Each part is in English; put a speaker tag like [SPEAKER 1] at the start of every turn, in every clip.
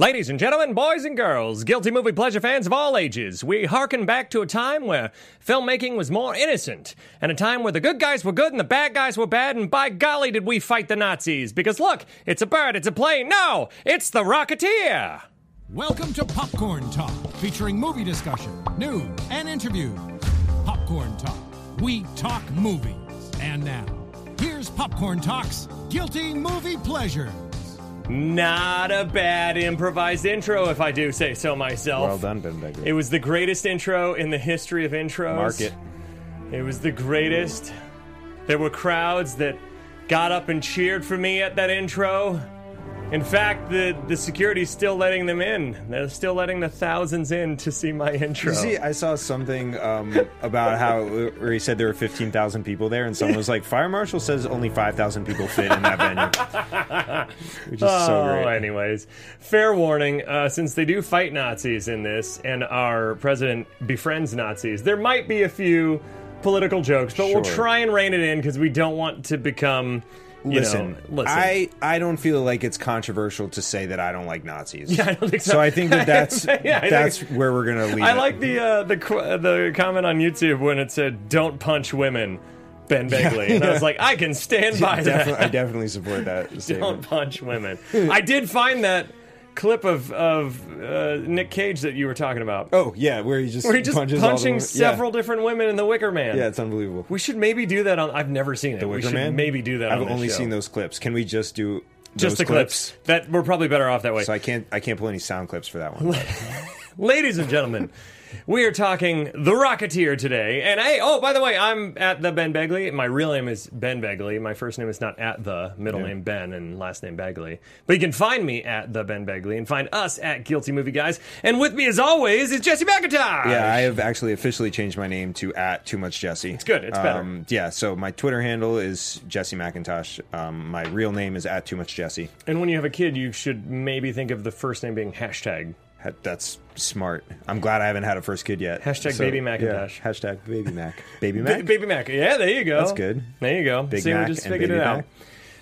[SPEAKER 1] Ladies and gentlemen, boys and girls, guilty movie pleasure fans of all ages, we hearken back to a time where filmmaking was more innocent, and a time where the good guys were good and the bad guys were bad, and by golly did we fight the Nazis. Because look, it's a bird, it's a plane, no, it's the Rocketeer!
[SPEAKER 2] Welcome to Popcorn Talk, featuring movie discussion, news, and interviews. Popcorn Talk, we talk movies. And now, here's Popcorn Talk's Guilty Movie Pleasure.
[SPEAKER 1] Not a bad improvised intro, if I do say so myself.
[SPEAKER 3] Well done, Ben Becker.
[SPEAKER 1] It was the greatest intro in the history of intros.
[SPEAKER 3] Mark it.
[SPEAKER 1] It was the greatest. There were crowds that got up and cheered for me at that intro. In fact, the, the security's still letting them in. They're still letting the thousands in to see my intro.
[SPEAKER 3] You see, I saw something um, about how where he said there were fifteen thousand people there, and someone was like, "Fire marshal says only five thousand people fit in that venue," which is so
[SPEAKER 1] Oh,
[SPEAKER 3] great.
[SPEAKER 1] anyways, fair warning. Uh, since they do fight Nazis in this, and our president befriends Nazis, there might be a few political jokes, but we'll
[SPEAKER 3] Sure.
[SPEAKER 1] try and rein it in because we don't want to become. You
[SPEAKER 3] listen,
[SPEAKER 1] know, listen.
[SPEAKER 3] I I don't feel like it's controversial to say that I don't like Nazis.
[SPEAKER 1] Yeah, I don't think so.
[SPEAKER 3] So I think that that's
[SPEAKER 1] Yeah, I think-
[SPEAKER 3] that's where we're gonna leave.
[SPEAKER 1] I
[SPEAKER 3] it.
[SPEAKER 1] like the uh, the qu- uh, the comment on YouTube when it said "Don't punch women." Ben Begley, and I was like, I can stand by that.
[SPEAKER 3] Definitely, I definitely support that
[SPEAKER 1] Don't
[SPEAKER 3] statement.
[SPEAKER 1] punch women. I did find that clip of of uh, Nick Cage that you were talking about.
[SPEAKER 3] Oh yeah, where he just
[SPEAKER 1] Where he's just
[SPEAKER 3] punches all the
[SPEAKER 1] punching
[SPEAKER 3] women. Yeah.
[SPEAKER 1] several different women in The Wicker Man.
[SPEAKER 3] Yeah. it's unbelievable.
[SPEAKER 1] we should maybe do that on. I've never seen it. we
[SPEAKER 3] Wicker
[SPEAKER 1] should
[SPEAKER 3] Man?
[SPEAKER 1] maybe do that.
[SPEAKER 3] I've
[SPEAKER 1] on this
[SPEAKER 3] only
[SPEAKER 1] show.
[SPEAKER 3] seen those clips. Can we just do
[SPEAKER 1] Just
[SPEAKER 3] those
[SPEAKER 1] the clips. That we're probably better off that way.
[SPEAKER 3] So I can't I can't pull any sound clips for that one.
[SPEAKER 1] Ladies and gentlemen, we are talking The Rocketeer today. And hey, oh, by the way, I'm at the Ben Begley. My real name is Ben Begley. My first name is not at the, middle name Ben, and last name Begley. But you can find me at the Ben Begley and find us at Guilty Movie Guys. And with me, as always, is Jesse McIntyre.
[SPEAKER 3] Yeah, I have actually officially changed my name to at too much Jesse. It's
[SPEAKER 1] good, it's better.
[SPEAKER 3] yeah, so my Twitter handle is Jesse McIntosh. Um, my real name is at too much Jesse.
[SPEAKER 1] And when you have a kid, you should maybe think of the first name being hashtag.
[SPEAKER 3] Ha- That's smart. I'm glad I haven't had a first kid yet.
[SPEAKER 1] Hashtag baby Macintosh.
[SPEAKER 3] yeah, hashtag baby Mac. Baby
[SPEAKER 1] Ba-
[SPEAKER 3] Mac.
[SPEAKER 1] Baby Mac. Yeah, there you go.
[SPEAKER 3] That's good.
[SPEAKER 1] There you go.
[SPEAKER 3] Big
[SPEAKER 1] See,
[SPEAKER 3] Mac
[SPEAKER 1] we just
[SPEAKER 3] and
[SPEAKER 1] figured
[SPEAKER 3] Baby
[SPEAKER 1] it out.
[SPEAKER 3] Mac.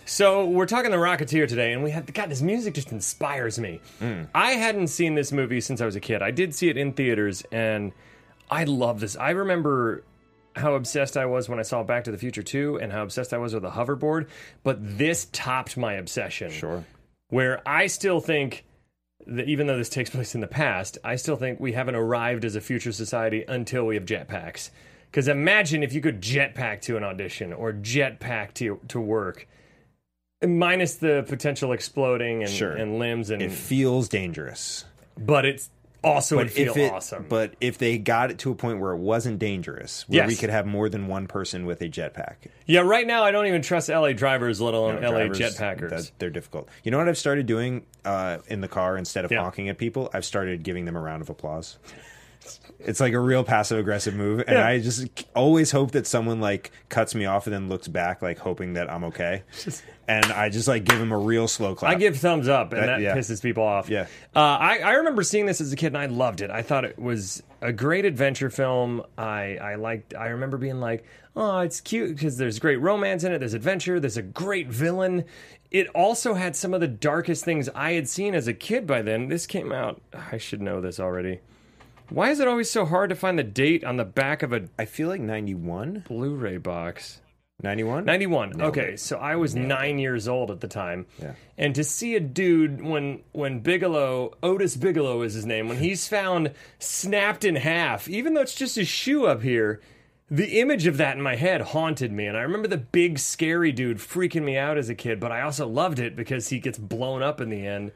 [SPEAKER 1] So we're talking the Rocketeer today, and we have God. This music just inspires me.
[SPEAKER 3] Hmm.
[SPEAKER 1] I hadn't seen this movie since I was a kid. I did see it in theaters, and I love this. I remember how obsessed I was when I saw Back to the Future 2 and how obsessed I was with the hoverboard, but this topped my obsession.
[SPEAKER 3] Sure.
[SPEAKER 1] Where I still think that even though this takes place in the past, I still think we haven't arrived as a future society until we have jetpacks. Because imagine if you could jetpack to an audition or jetpack to to work, minus the potential exploding and,
[SPEAKER 3] Sure.
[SPEAKER 1] and limbs and
[SPEAKER 3] It feels dangerous.
[SPEAKER 1] but it's also would feel
[SPEAKER 3] if it,
[SPEAKER 1] awesome.
[SPEAKER 3] But if they got it to a point where it wasn't dangerous, where
[SPEAKER 1] Yes.
[SPEAKER 3] we could have more than one person with a jetpack.
[SPEAKER 1] yeah, right now I don't even trust LA drivers, let alone
[SPEAKER 3] know,
[SPEAKER 1] LA
[SPEAKER 3] drivers,
[SPEAKER 1] jetpackers.
[SPEAKER 3] that- they're difficult. You know what I've started doing uh, in the car instead of
[SPEAKER 1] Yeah.
[SPEAKER 3] honking at people? I've started giving them a round of applause. It's like a real passive aggressive move, and
[SPEAKER 1] Yeah.
[SPEAKER 3] I just always hope that someone like cuts me off and then looks back, like hoping that I'm okay. And I just like give them a real slow clap.
[SPEAKER 1] I give thumbs up, and that,
[SPEAKER 3] That- yeah.
[SPEAKER 1] pisses people off.
[SPEAKER 3] Yeah.
[SPEAKER 1] Uh, I, I remember seeing this as a kid, and I loved it. I thought it was a great adventure film. I, I liked. I remember being like, "Oh, it's cute because there's great romance in it. There's adventure. There's a great villain." It also had some of the darkest things I had seen as a kid. By then, this came out. I should know this already. Why is it always so hard to find the date on the back of a
[SPEAKER 3] I feel like 91,
[SPEAKER 1] Blu-ray box?
[SPEAKER 3] 91?
[SPEAKER 1] 91. okay, so I was 9 years old at the time.
[SPEAKER 3] Yeah.
[SPEAKER 1] And to see a dude when when Bigelow, Otis Bigelow is his name, when he's found snapped in half, even though it's just his shoe up here, the image of that in my head haunted me and I remember the big scary dude freaking me out as a kid, but I also loved it because he gets blown up in the end.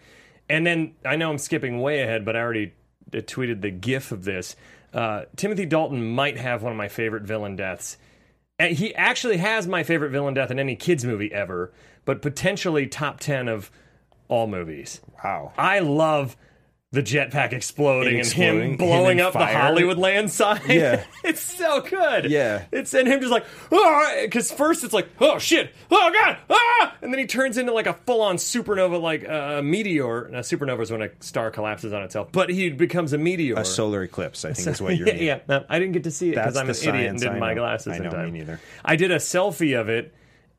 [SPEAKER 1] And then I know I'm skipping way ahead, but I already uh, tweeted the gif of this. Uh, Timothy Dalton might have one of my favorite villain deaths. And he actually has my favorite villain death in any kids movie ever, but potentially top 10 of all movies.
[SPEAKER 3] Wow.
[SPEAKER 1] I love the jetpack exploding,
[SPEAKER 3] It
[SPEAKER 1] and
[SPEAKER 3] exploding,
[SPEAKER 1] him
[SPEAKER 3] him
[SPEAKER 1] blowing
[SPEAKER 3] in
[SPEAKER 1] up the
[SPEAKER 3] fire.
[SPEAKER 1] Hollywood sign.
[SPEAKER 3] Yeah.
[SPEAKER 1] it's so good.
[SPEAKER 3] Yeah.
[SPEAKER 1] It's and him just like, because first it's like, oh shit, oh god, ah, and then he turns into like a full on supernova, like uh, meteor. Now, supernova is when a star collapses on itself, but he becomes a meteor.
[SPEAKER 3] A solar eclipse, I think is what you're
[SPEAKER 1] Yeah, yeah. No, I didn't get to see it because
[SPEAKER 3] That's
[SPEAKER 1] I'm an
[SPEAKER 3] the
[SPEAKER 1] idiot and
[SPEAKER 3] science
[SPEAKER 1] didn't
[SPEAKER 3] I
[SPEAKER 1] my
[SPEAKER 3] know.
[SPEAKER 1] glasses
[SPEAKER 3] I
[SPEAKER 1] in
[SPEAKER 3] know,
[SPEAKER 1] time.
[SPEAKER 3] me neither.
[SPEAKER 1] I did a selfie of it,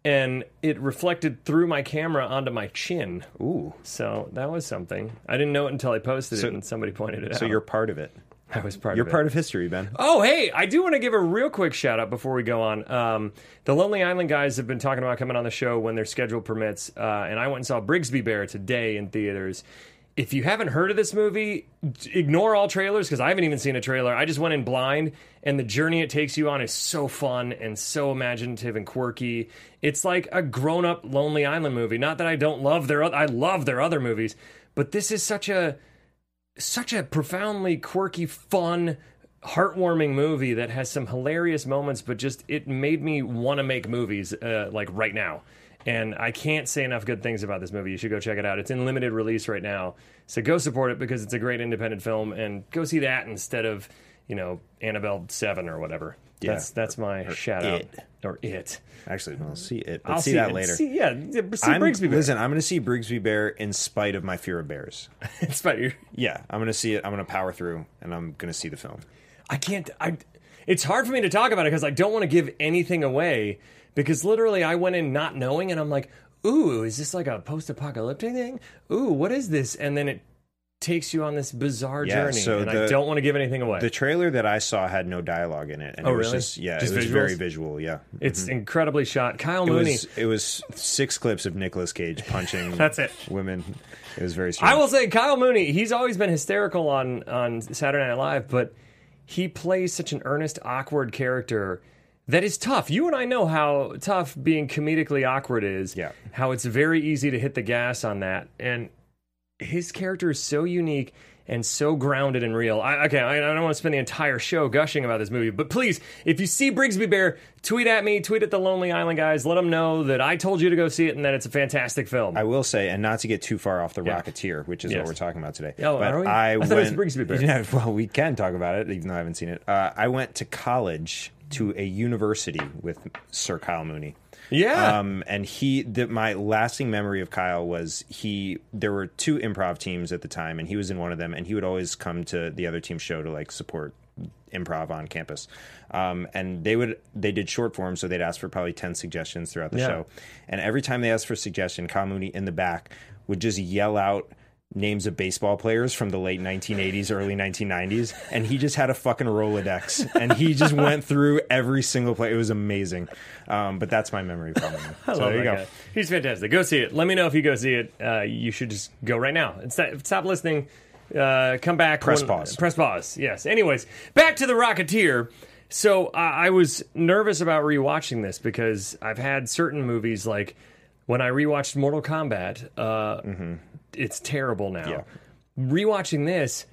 [SPEAKER 1] and it reflected through my camera onto my chin.
[SPEAKER 3] Ooh.
[SPEAKER 1] So that was something. I didn't know it until I posted
[SPEAKER 3] So-
[SPEAKER 1] it and somebody pointed it out.
[SPEAKER 3] So you're part of it.
[SPEAKER 1] I was part
[SPEAKER 3] You're
[SPEAKER 1] of it.
[SPEAKER 3] part of history, Ben.
[SPEAKER 1] Oh, hey, I do want to give a real quick shout out before we go on. Um, the Lonely Island guys have been talking about coming on the show when their schedule permits, uh, and I went and saw Brigsby Bear today in theaters. If you haven't heard of this movie, d- ignore all trailers because I haven't even seen a trailer. I just went in blind, and the journey it takes you on is so fun and so imaginative and quirky. It's like a grown up Lonely Island movie. Not that I don't love their, oth- I love their other movies, but this is such a such a profoundly quirky, fun, heartwarming movie that has some hilarious moments, but just it made me want to make movies uh, like right now. And I can't say enough good things about this movie. You should go check it out. It's in limited release right now, so go support it because it's a great independent film. And go see that instead of you know Annabelle Seven or whatever.
[SPEAKER 3] Yeah.
[SPEAKER 1] That's that's my shout out
[SPEAKER 3] It.
[SPEAKER 1] or it.
[SPEAKER 3] Actually, we'll see it. But
[SPEAKER 1] I'll
[SPEAKER 3] see, that
[SPEAKER 1] it.
[SPEAKER 3] later.
[SPEAKER 1] See, yeah, see
[SPEAKER 3] I'm,
[SPEAKER 1] Brigsby Bear.
[SPEAKER 3] Listen, I'm going to see Brigsby Bear in spite of my fear of bears.
[SPEAKER 1] It's about your-
[SPEAKER 3] Yeah, I'm going to see it. I'm going to power through, and I'm going to see the film.
[SPEAKER 1] I can't. I. It's hard for me to talk about it because I don't want to give anything away. Because literally, I went in not knowing, and I'm like, "Ooh, is this like a post-apocalyptic thing? Ooh, what is this?" And then it takes you on this bizarre
[SPEAKER 3] Yeah,
[SPEAKER 1] journey,
[SPEAKER 3] so
[SPEAKER 1] and I
[SPEAKER 3] the-
[SPEAKER 1] don't want to give anything away.
[SPEAKER 3] The trailer that I saw had no dialogue in it. And
[SPEAKER 1] Oh,
[SPEAKER 3] it was
[SPEAKER 1] really?
[SPEAKER 3] Just, yeah,
[SPEAKER 1] Just
[SPEAKER 3] it was
[SPEAKER 1] visuals?
[SPEAKER 3] very visual. Yeah,
[SPEAKER 1] it's incredibly shot. Kyle
[SPEAKER 3] Mm-hmm. it
[SPEAKER 1] Mooney.
[SPEAKER 3] was. It was six clips of Nicolas Cage punching.
[SPEAKER 1] That's it.
[SPEAKER 3] Women. It was very. Strange.
[SPEAKER 1] I will say, Kyle Mooney. He's always been hysterical on on Saturday Night Live, but he plays such an earnest, awkward character that is tough. You and I know how tough being comedically awkward is.
[SPEAKER 3] Yeah.
[SPEAKER 1] How it's very easy to hit the gas on that. And his character is so unique and so grounded and real. I, okay, I, I don't want to spend the entire show gushing about this movie, but please, if you see Brigsby Bear, tweet at me, tweet at the Lonely Island guys, let them know that I told you to go see it and that it's a fantastic film.
[SPEAKER 3] I will say, and not to get too far off the Rocketeer, which is
[SPEAKER 1] Yes.
[SPEAKER 3] what we're talking about today.
[SPEAKER 1] Oh, are we?
[SPEAKER 3] I,
[SPEAKER 1] I
[SPEAKER 3] went,
[SPEAKER 1] thought it was Brigsby Bear.
[SPEAKER 3] Yeah, well, we can talk about it, even though I haven't seen it. Uh, I went to college to a university with Sir Kyle Mooney.
[SPEAKER 1] Yeah.
[SPEAKER 3] Um, and he, the, my lasting memory of Kyle was he. There were two improv teams at the time, and he was in one of them. And he would always come to the other team's show to like support improv on campus. Um, and they would they did short form, so they'd ask for probably ten suggestions throughout the
[SPEAKER 1] Yeah.
[SPEAKER 3] show. And every time they asked for a suggestion, Kyle Mooney in the back would just yell out names of baseball players from the late 1980s, early 1990s, and he just had a fucking Rolodex, and he just went through every single play. It was amazing. Um, but that's my memory from him. So
[SPEAKER 1] Love
[SPEAKER 3] there
[SPEAKER 1] that
[SPEAKER 3] you go.
[SPEAKER 1] guy. He's fantastic. Go see it. Let me know if you go see it. Uh, you should just go right now. And stop, stop listening. Uh, come back.
[SPEAKER 3] Press pause.
[SPEAKER 1] Press pause. Yes. Anyways, back to the Rocketeer. So uh, I I was nervous about rewatching this because I've had certain movies like when I rewatched Mortal Kombat. Uh, It's terrible now.
[SPEAKER 3] Mm-hmm. Yeah.
[SPEAKER 1] Rewatching this,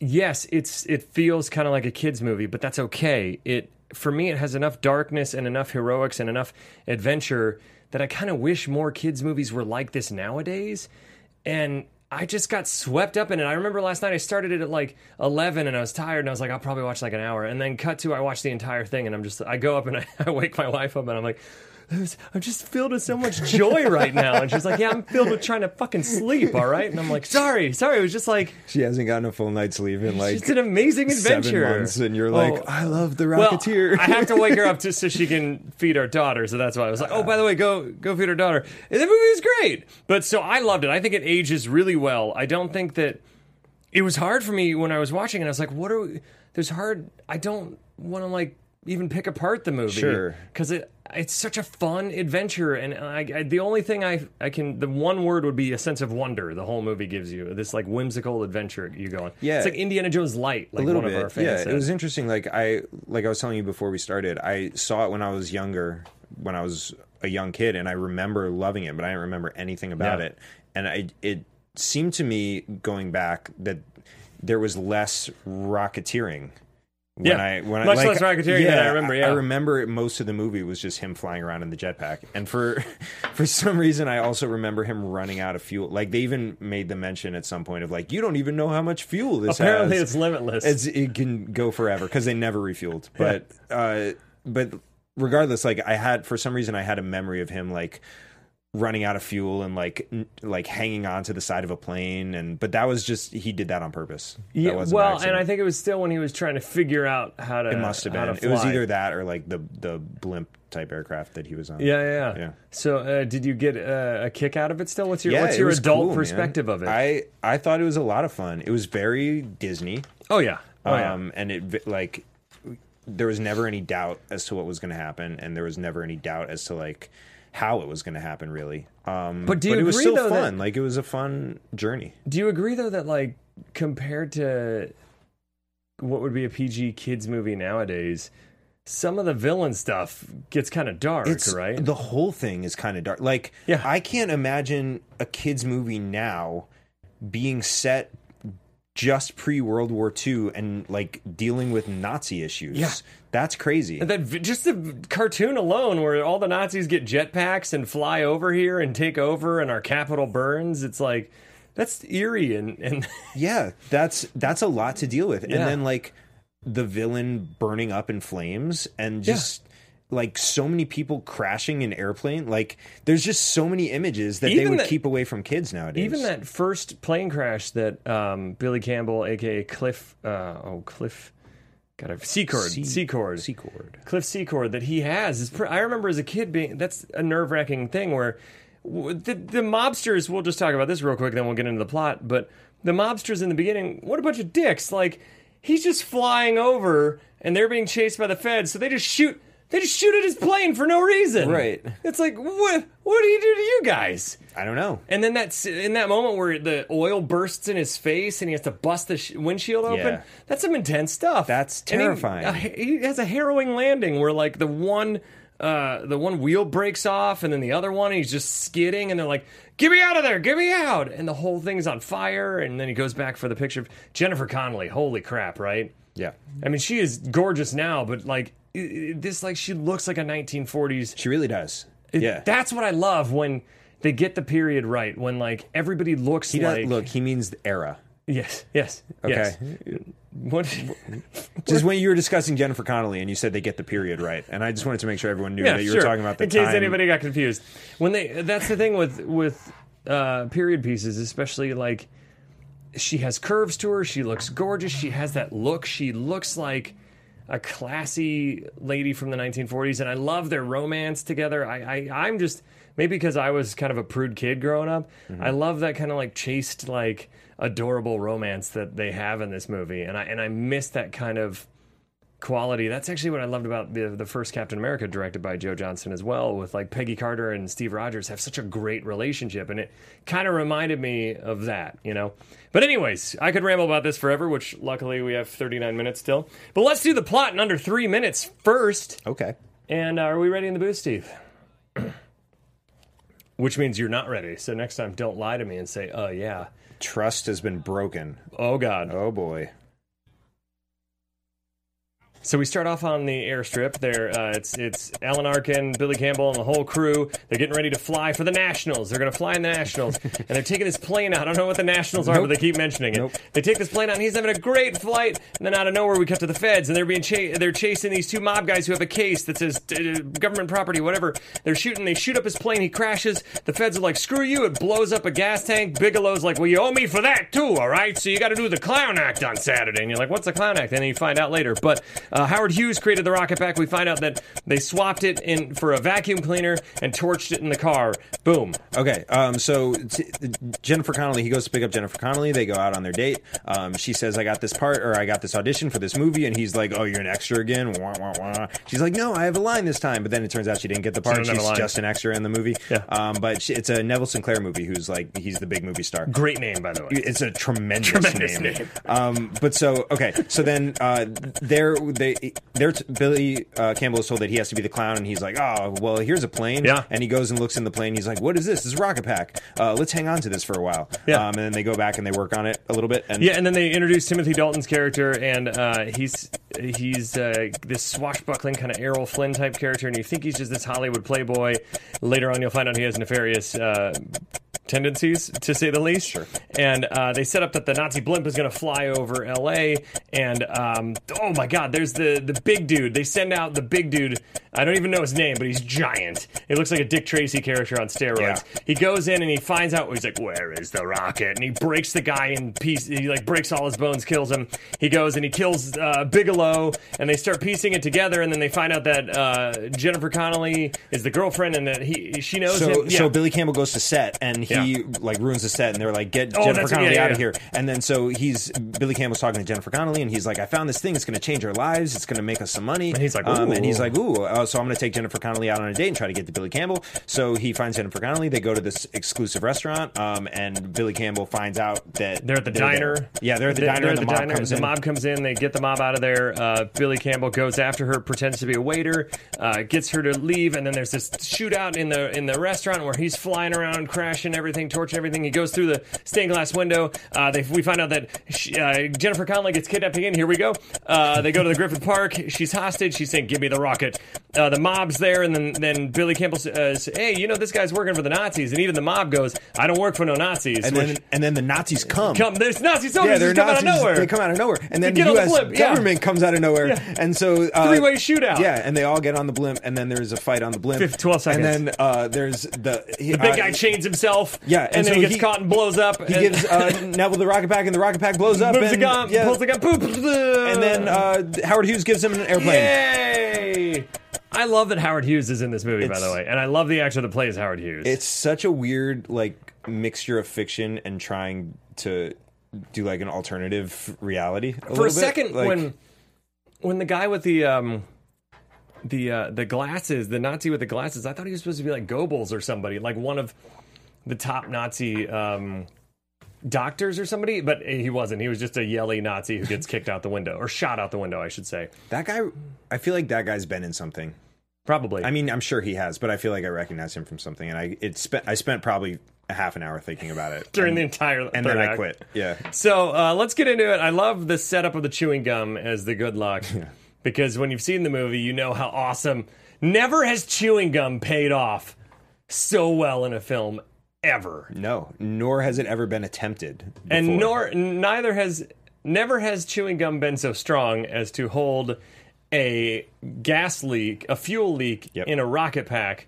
[SPEAKER 1] yes, it's it feels kind of like a kids movie, but that's okay. It for me it has enough darkness and enough heroics and enough adventure that I kind of wish more kids movies were like this nowadays. And I just got swept up in it. I remember last night I started it at like 11 and I was tired and I was like I'll probably watch like an hour and then cut to I watched the entire thing and I'm just I go up and I, I wake my wife up and I'm like "There's- I'm just filled with so much joy right now. And she's like, Yeah, I'm filled with trying to fucking sleep, all right? And I'm like, Sorry, sorry. It was just like,
[SPEAKER 3] She hasn't gotten a full night's sleep in like
[SPEAKER 1] it's an amazing
[SPEAKER 3] seven
[SPEAKER 1] adventure.
[SPEAKER 3] months, and you're
[SPEAKER 1] Oh,
[SPEAKER 3] like, I love the
[SPEAKER 1] well,
[SPEAKER 3] Rocketeer.
[SPEAKER 1] I have to wake her up just so she can feed our daughter. So that's why I was like, oh,
[SPEAKER 3] Uh-huh.
[SPEAKER 1] by the way, go go feed our daughter. And the movie was great, but so I loved it. I think it ages really well. I don't think that it was hard for me when I was watching, and I was like, what are we? There's hard. I don't want to like even pick apart the movie
[SPEAKER 3] Sure.
[SPEAKER 1] because it it's such a fun adventure and I, I the only thing I I can the one word would be a sense of wonder the whole movie gives you this like whimsical adventure you go on
[SPEAKER 3] Yeah.
[SPEAKER 1] it's like Indiana Jones light like
[SPEAKER 3] a little
[SPEAKER 1] one
[SPEAKER 3] bit.
[SPEAKER 1] of our fans
[SPEAKER 3] yeah,
[SPEAKER 1] said.
[SPEAKER 3] it was interesting. Like I, like I was telling you before we started, I saw it when I was younger, when I was a young kid, and I remember loving it, but I didn't remember anything about
[SPEAKER 1] Yeah.
[SPEAKER 3] it. And I, it seemed to me going back that there was less rocketeering. When
[SPEAKER 1] Yeah,
[SPEAKER 3] I when
[SPEAKER 1] much
[SPEAKER 3] I, like,
[SPEAKER 1] less rocketeering than I remember, yeah.
[SPEAKER 3] I remember it, most of the movie was just him flying around in the jetpack, and for for some reason, I also remember him running out of fuel. Like they even made the mention at some point of like, you don't even know how much fuel this
[SPEAKER 1] Apparently,
[SPEAKER 3] has.
[SPEAKER 1] it's limitless.
[SPEAKER 3] It's, it can go forever because they never refueled. But uh, but regardless, like I had for some reason I had a memory of him like running out of fuel and like n- like hanging on to the side of a plane and but that was just he did that on purpose. That
[SPEAKER 1] Yeah,
[SPEAKER 3] wasn't an
[SPEAKER 1] well, and
[SPEAKER 3] accident.
[SPEAKER 1] I think it was still when he was trying to figure out how to.
[SPEAKER 3] it must have
[SPEAKER 1] Uh, how
[SPEAKER 3] been.
[SPEAKER 1] to
[SPEAKER 3] It was
[SPEAKER 1] fly.
[SPEAKER 3] either that or like the the blimp type aircraft that he was on.
[SPEAKER 1] Yeah, yeah, yeah.
[SPEAKER 3] Yeah.
[SPEAKER 1] So, uh, did you get uh, a kick out of it? Still, what's your
[SPEAKER 3] Yeah,
[SPEAKER 1] what's
[SPEAKER 3] it
[SPEAKER 1] your
[SPEAKER 3] was
[SPEAKER 1] adult
[SPEAKER 3] cool, man.
[SPEAKER 1] perspective of it?
[SPEAKER 3] I I thought it was a lot of fun. It was very Disney.
[SPEAKER 1] oh yeah, oh yeah.
[SPEAKER 3] um, and it vi- like there was never any doubt as to what was going to happen, and there was never any doubt as to like how it was going to happen, really. Um,
[SPEAKER 1] But do you
[SPEAKER 3] it was
[SPEAKER 1] agree,
[SPEAKER 3] still
[SPEAKER 1] though, that-
[SPEAKER 3] fun. Like it was a fun journey.
[SPEAKER 1] Do you agree though that like compared to what would be a PG kids movie nowadays, some of the villain stuff gets kind of dark, right?
[SPEAKER 3] The whole thing is kind of dark. Like
[SPEAKER 1] Yeah.
[SPEAKER 3] I can't imagine a kids movie now being set just pre World War II and like dealing with Nazi issues.
[SPEAKER 1] Yeah.
[SPEAKER 3] That's crazy.
[SPEAKER 1] And that vi- just the cartoon alone, where all the Nazis get jetpacks and fly over here and take over, and our capital burns. It's like that's eerie and and
[SPEAKER 3] yeah that's that's a lot to deal with
[SPEAKER 1] Yeah.
[SPEAKER 3] and then like the villain burning up in flames and just like so many people crashing an airplane like there's just so many images that they
[SPEAKER 1] Even
[SPEAKER 3] would
[SPEAKER 1] that-
[SPEAKER 3] keep away from kids nowadays
[SPEAKER 1] even that first plane crash that um, Billy Campbell, aka Cliff, uh, oh Cliff, got a Secord, Secord,
[SPEAKER 3] c-cord
[SPEAKER 1] Cliff Secord that he has is. Pr- I remember as a kid being that's a nerve wracking thing where w- the the mobsters. We'll just talk about this real quick, then we'll get into the plot. But the mobsters in the beginning, what a bunch of dicks! Like he's just flying over, and they're being chased by the feds, so they just shoot. They just shoot at his plane for no reason.
[SPEAKER 3] Right.
[SPEAKER 1] It's like what? What do you do to you guys?
[SPEAKER 3] i don't know
[SPEAKER 1] And then that's in that moment where the oil bursts in his face and he has to bust the sh- windshield open.
[SPEAKER 3] Yeah.
[SPEAKER 1] That's some intense stuff.
[SPEAKER 3] That's
[SPEAKER 1] And he-
[SPEAKER 3] terrifying.
[SPEAKER 1] uh, he, he has a harrowing landing where like the one uh, the one wheel breaks off and then the other one he's just skidding and they're like, "Get me out of there! Get me out!" And the whole thing's on fire. And then he goes back for the picture of Jennifer Connelly. Holy crap! Right?
[SPEAKER 3] yeah
[SPEAKER 1] I mean, she is gorgeous now, but like i- i- this, like she looks like a 1940s
[SPEAKER 3] she really does
[SPEAKER 1] it-
[SPEAKER 3] yeah
[SPEAKER 1] That's what I love when they get the period right, when like everybody looks
[SPEAKER 3] he does,
[SPEAKER 1] like
[SPEAKER 3] look he means the era
[SPEAKER 1] Yes, yes.
[SPEAKER 3] okay
[SPEAKER 1] Yes. What
[SPEAKER 3] just when you were discussing jennifer connolly and you said they get the period right and i just wanted to make sure everyone knew
[SPEAKER 1] yeah,
[SPEAKER 3] that you
[SPEAKER 1] sure.
[SPEAKER 3] were talking about the
[SPEAKER 1] In case
[SPEAKER 3] time-
[SPEAKER 1] anybody got confused. When they that's the thing with with uh period pieces, especially like she has curves to her, she looks gorgeous, she has that look, she looks like a classy lady from the 1940s and I love their romance together. I, I I'm just maybe because I was kind of a prude kid growing up.
[SPEAKER 3] Mm-hmm.
[SPEAKER 1] I love that kind of like chaste like adorable romance that they have in this movie and I and I miss that kind of quality. That's actually what I loved about the the first Captain America directed by Joe Johnson as well, with like Peggy Carter and Steve Rogers have such a great relationship, and it kind of reminded me of that, you know. But anyways, I could ramble about this forever, which luckily we have 39 minutes still. But let's do the plot in under three minutes first.
[SPEAKER 3] okay
[SPEAKER 1] And uh, are we ready in the booth, Steve? Which means you're not ready. So next time, don't lie to me and say, "Oh yeah,
[SPEAKER 3] trust has been broken
[SPEAKER 1] oh god."
[SPEAKER 3] oh boy
[SPEAKER 1] So we start off on the airstrip. There, uh, it's it's Alan Arkin, Billy Campbell, and the whole crew. They're getting ready to fly for the Nationals. They're going to fly in the Nationals, and they're taking this plane out. I don't know what the Nationals are, but they keep mentioning it.
[SPEAKER 3] Nope.
[SPEAKER 1] They take this plane out, and he's having a great flight. And then out of nowhere, we cut to the feds, and they're being cha- they're chasing these two mob guys who have a case that says uh, government property, whatever. They're shooting. They shoot up his plane. He crashes. The feds are like, "Screw you!" It blows up a gas tank. Bigelow's like, "Well, you owe me for that too, all right? So you got to do the clown act on Saturday." And you're like, "What's the clown act?" And then you find out later. But uh, Howard Hughes created the rocket pack. We find out that they swapped it in for a vacuum cleaner and torched it in the car. Boom.
[SPEAKER 3] Okay, um, so t- Jennifer Connelly, he goes to pick up Jennifer Connelly. They go out on their date. Um, she says, "I got this part, or I got this audition for this movie," and he's like, "Oh, you're an extra again." Wah, wah, wah. She's like, "No, I have a line this time," but then it turns out she didn't get the part.
[SPEAKER 1] doesn't have a
[SPEAKER 3] She's
[SPEAKER 1] line.
[SPEAKER 3] just an extra in the movie.
[SPEAKER 1] Yeah.
[SPEAKER 3] Um, but she, it's a Neville Sinclair movie. Who's like, he's the big movie star
[SPEAKER 1] Great name, by the way.
[SPEAKER 3] it's a tremendous,
[SPEAKER 1] Tremendous
[SPEAKER 3] name.
[SPEAKER 1] name.
[SPEAKER 3] Um, but so okay, so then uh, there they there Billy uh, Campbell is told that he has to be the clown, and he's like, oh well, here's a plane,
[SPEAKER 1] Yeah.
[SPEAKER 3] And he goes and looks in the plane. He's like, what is this? This is a rocket pack. Uh, let's hang on to this for a while.
[SPEAKER 1] Yeah.
[SPEAKER 3] Um, and then they go back and they work on it a little bit. And
[SPEAKER 1] Yeah, and then they introduce Timothy Dalton's character, and uh, he's he's uh, this swashbuckling kind of Errol Flynn type character, and you think he's just this Hollywood playboy. Later on, you'll find out he has nefarious uh, tendencies, to say the least.
[SPEAKER 3] Sure.
[SPEAKER 1] And uh, they set up that the Nazi blimp is going to fly over L.A. And um, oh my God, there's the the big dude. They send out the big dude. I don't even know his name, but he's giant. It looks like a Dick Tracy character on steroids.
[SPEAKER 3] Yeah.
[SPEAKER 1] He goes in and he finds out. He's like, "Where is the rocket?" And he breaks the guy in piece. He like breaks all his bones, kills him. He goes and he kills uh, Bigelow, and they start piecing it together. And then they find out that uh, Jennifer Connelly is the girlfriend, and that he she knows
[SPEAKER 3] So,
[SPEAKER 1] him.
[SPEAKER 3] so
[SPEAKER 1] Yeah.
[SPEAKER 3] Billy Campbell goes to set and he
[SPEAKER 1] Yeah.
[SPEAKER 3] like ruins the set and they're like, get
[SPEAKER 1] Oh,
[SPEAKER 3] Jennifer
[SPEAKER 1] that's- yeah,
[SPEAKER 3] Connelly
[SPEAKER 1] yeah,
[SPEAKER 3] out of
[SPEAKER 1] yeah.
[SPEAKER 3] here. And then so he's Billy Campbell's talking to Jennifer Connelly and he's like, I found this thing. It's going to change our lives. It's going to make us some money. And
[SPEAKER 1] he's like,
[SPEAKER 3] um, and he's
[SPEAKER 1] ooh.
[SPEAKER 3] like, ooh. Uh, so I'm going to take Jennifer Connelly out on a date and try to get to Billy Campbell. So he finds Jennifer Connelly. They go to this exclusive restaurant. Um, and Billy Campbell finds out that
[SPEAKER 1] They're at the diner.
[SPEAKER 3] there. Yeah, they're at the diner. and the, mob comes
[SPEAKER 1] the
[SPEAKER 3] in.
[SPEAKER 1] mob comes in. They get the mob out of there. Uh, Billy Campbell goes after her, pretends to be a waiter, uh, gets her to leave, and then there's this shootout in the in the restaurant where he's flying around, crashing everything, torching everything. He goes through the stained glass window. Uh, they, we find out that she, uh, Jennifer Connelly gets kidnapped again. Here we go. Uh, they go to the Griffith Park. She's hostage. She's saying, "Give me the rocket." Uh, the mob's there, and then then Billy Campbell says, "Hey, you know this guy's working for the Nazis," and even the mob goes, "I don't work for no Nazis."
[SPEAKER 3] and
[SPEAKER 1] which-
[SPEAKER 3] then and then the Nazis come.
[SPEAKER 1] come. There's Nazi soldiers
[SPEAKER 3] Yeah, they're
[SPEAKER 1] just come
[SPEAKER 3] Nazis.
[SPEAKER 1] out of nowhere.
[SPEAKER 3] They come out of nowhere, and then
[SPEAKER 1] They get
[SPEAKER 3] the
[SPEAKER 1] on the
[SPEAKER 3] U.S.
[SPEAKER 1] blimp, yeah.
[SPEAKER 3] government comes out of nowhere, and so uh,
[SPEAKER 1] Three-way shootout.
[SPEAKER 3] Yeah, and they all get on the blimp, and then there's a fight on the blimp.
[SPEAKER 1] Fif- 12
[SPEAKER 3] And then uh, there's the he,
[SPEAKER 1] The big
[SPEAKER 3] uh,
[SPEAKER 1] guy chains himself.
[SPEAKER 3] Yeah,
[SPEAKER 1] and,
[SPEAKER 3] and
[SPEAKER 1] then
[SPEAKER 3] so
[SPEAKER 1] he gets
[SPEAKER 3] he-
[SPEAKER 1] caught and blows up.
[SPEAKER 3] He
[SPEAKER 1] and
[SPEAKER 3] gives uh, Neville the rocket pack, and the rocket pack blows up.
[SPEAKER 1] moves
[SPEAKER 3] and,
[SPEAKER 1] the gun,
[SPEAKER 3] yeah,
[SPEAKER 1] pulls the gun, boop, bleh.
[SPEAKER 3] and then uh, Howard Hughes gives him an airplane.
[SPEAKER 1] yay! I love that Howard Hughes is in this movie, by
[SPEAKER 3] It's-
[SPEAKER 1] the way, and I love the actor that plays Howard Hughes.
[SPEAKER 3] It's such a weird like mixture of fiction and trying to do like an alternative reality a little
[SPEAKER 1] for a
[SPEAKER 3] bit.
[SPEAKER 1] second
[SPEAKER 3] Like,
[SPEAKER 1] when when the guy with the um the uh the glasses the nazi with the glasses i thought he was supposed to be like goebbels or somebody like one of the top nazi um doctors or somebody but he wasn't he was just a yelly nazi who gets kicked out the window or shot out the window i should say
[SPEAKER 3] that guy, I feel like that guy's been in something.
[SPEAKER 1] probably
[SPEAKER 3] I mean, I'm sure he has, but I feel like I recognize him from something, and I it spent I spent probably a half an hour thinking about it
[SPEAKER 1] during
[SPEAKER 3] and,
[SPEAKER 1] the entire
[SPEAKER 3] and
[SPEAKER 1] third
[SPEAKER 3] then I
[SPEAKER 1] act.
[SPEAKER 3] quit. Yeah,
[SPEAKER 1] So uh, let's get into it. I love the setup of the chewing gum as the good luck because when you've seen the movie, you know how awesome. Never has chewing gum paid off so well in a film ever,
[SPEAKER 3] no, nor has it ever been attempted.
[SPEAKER 1] and nor
[SPEAKER 3] before.
[SPEAKER 1] neither has never has chewing gum been so strong as to hold a gas leak, a fuel leak
[SPEAKER 3] Yep.
[SPEAKER 1] in a rocket pack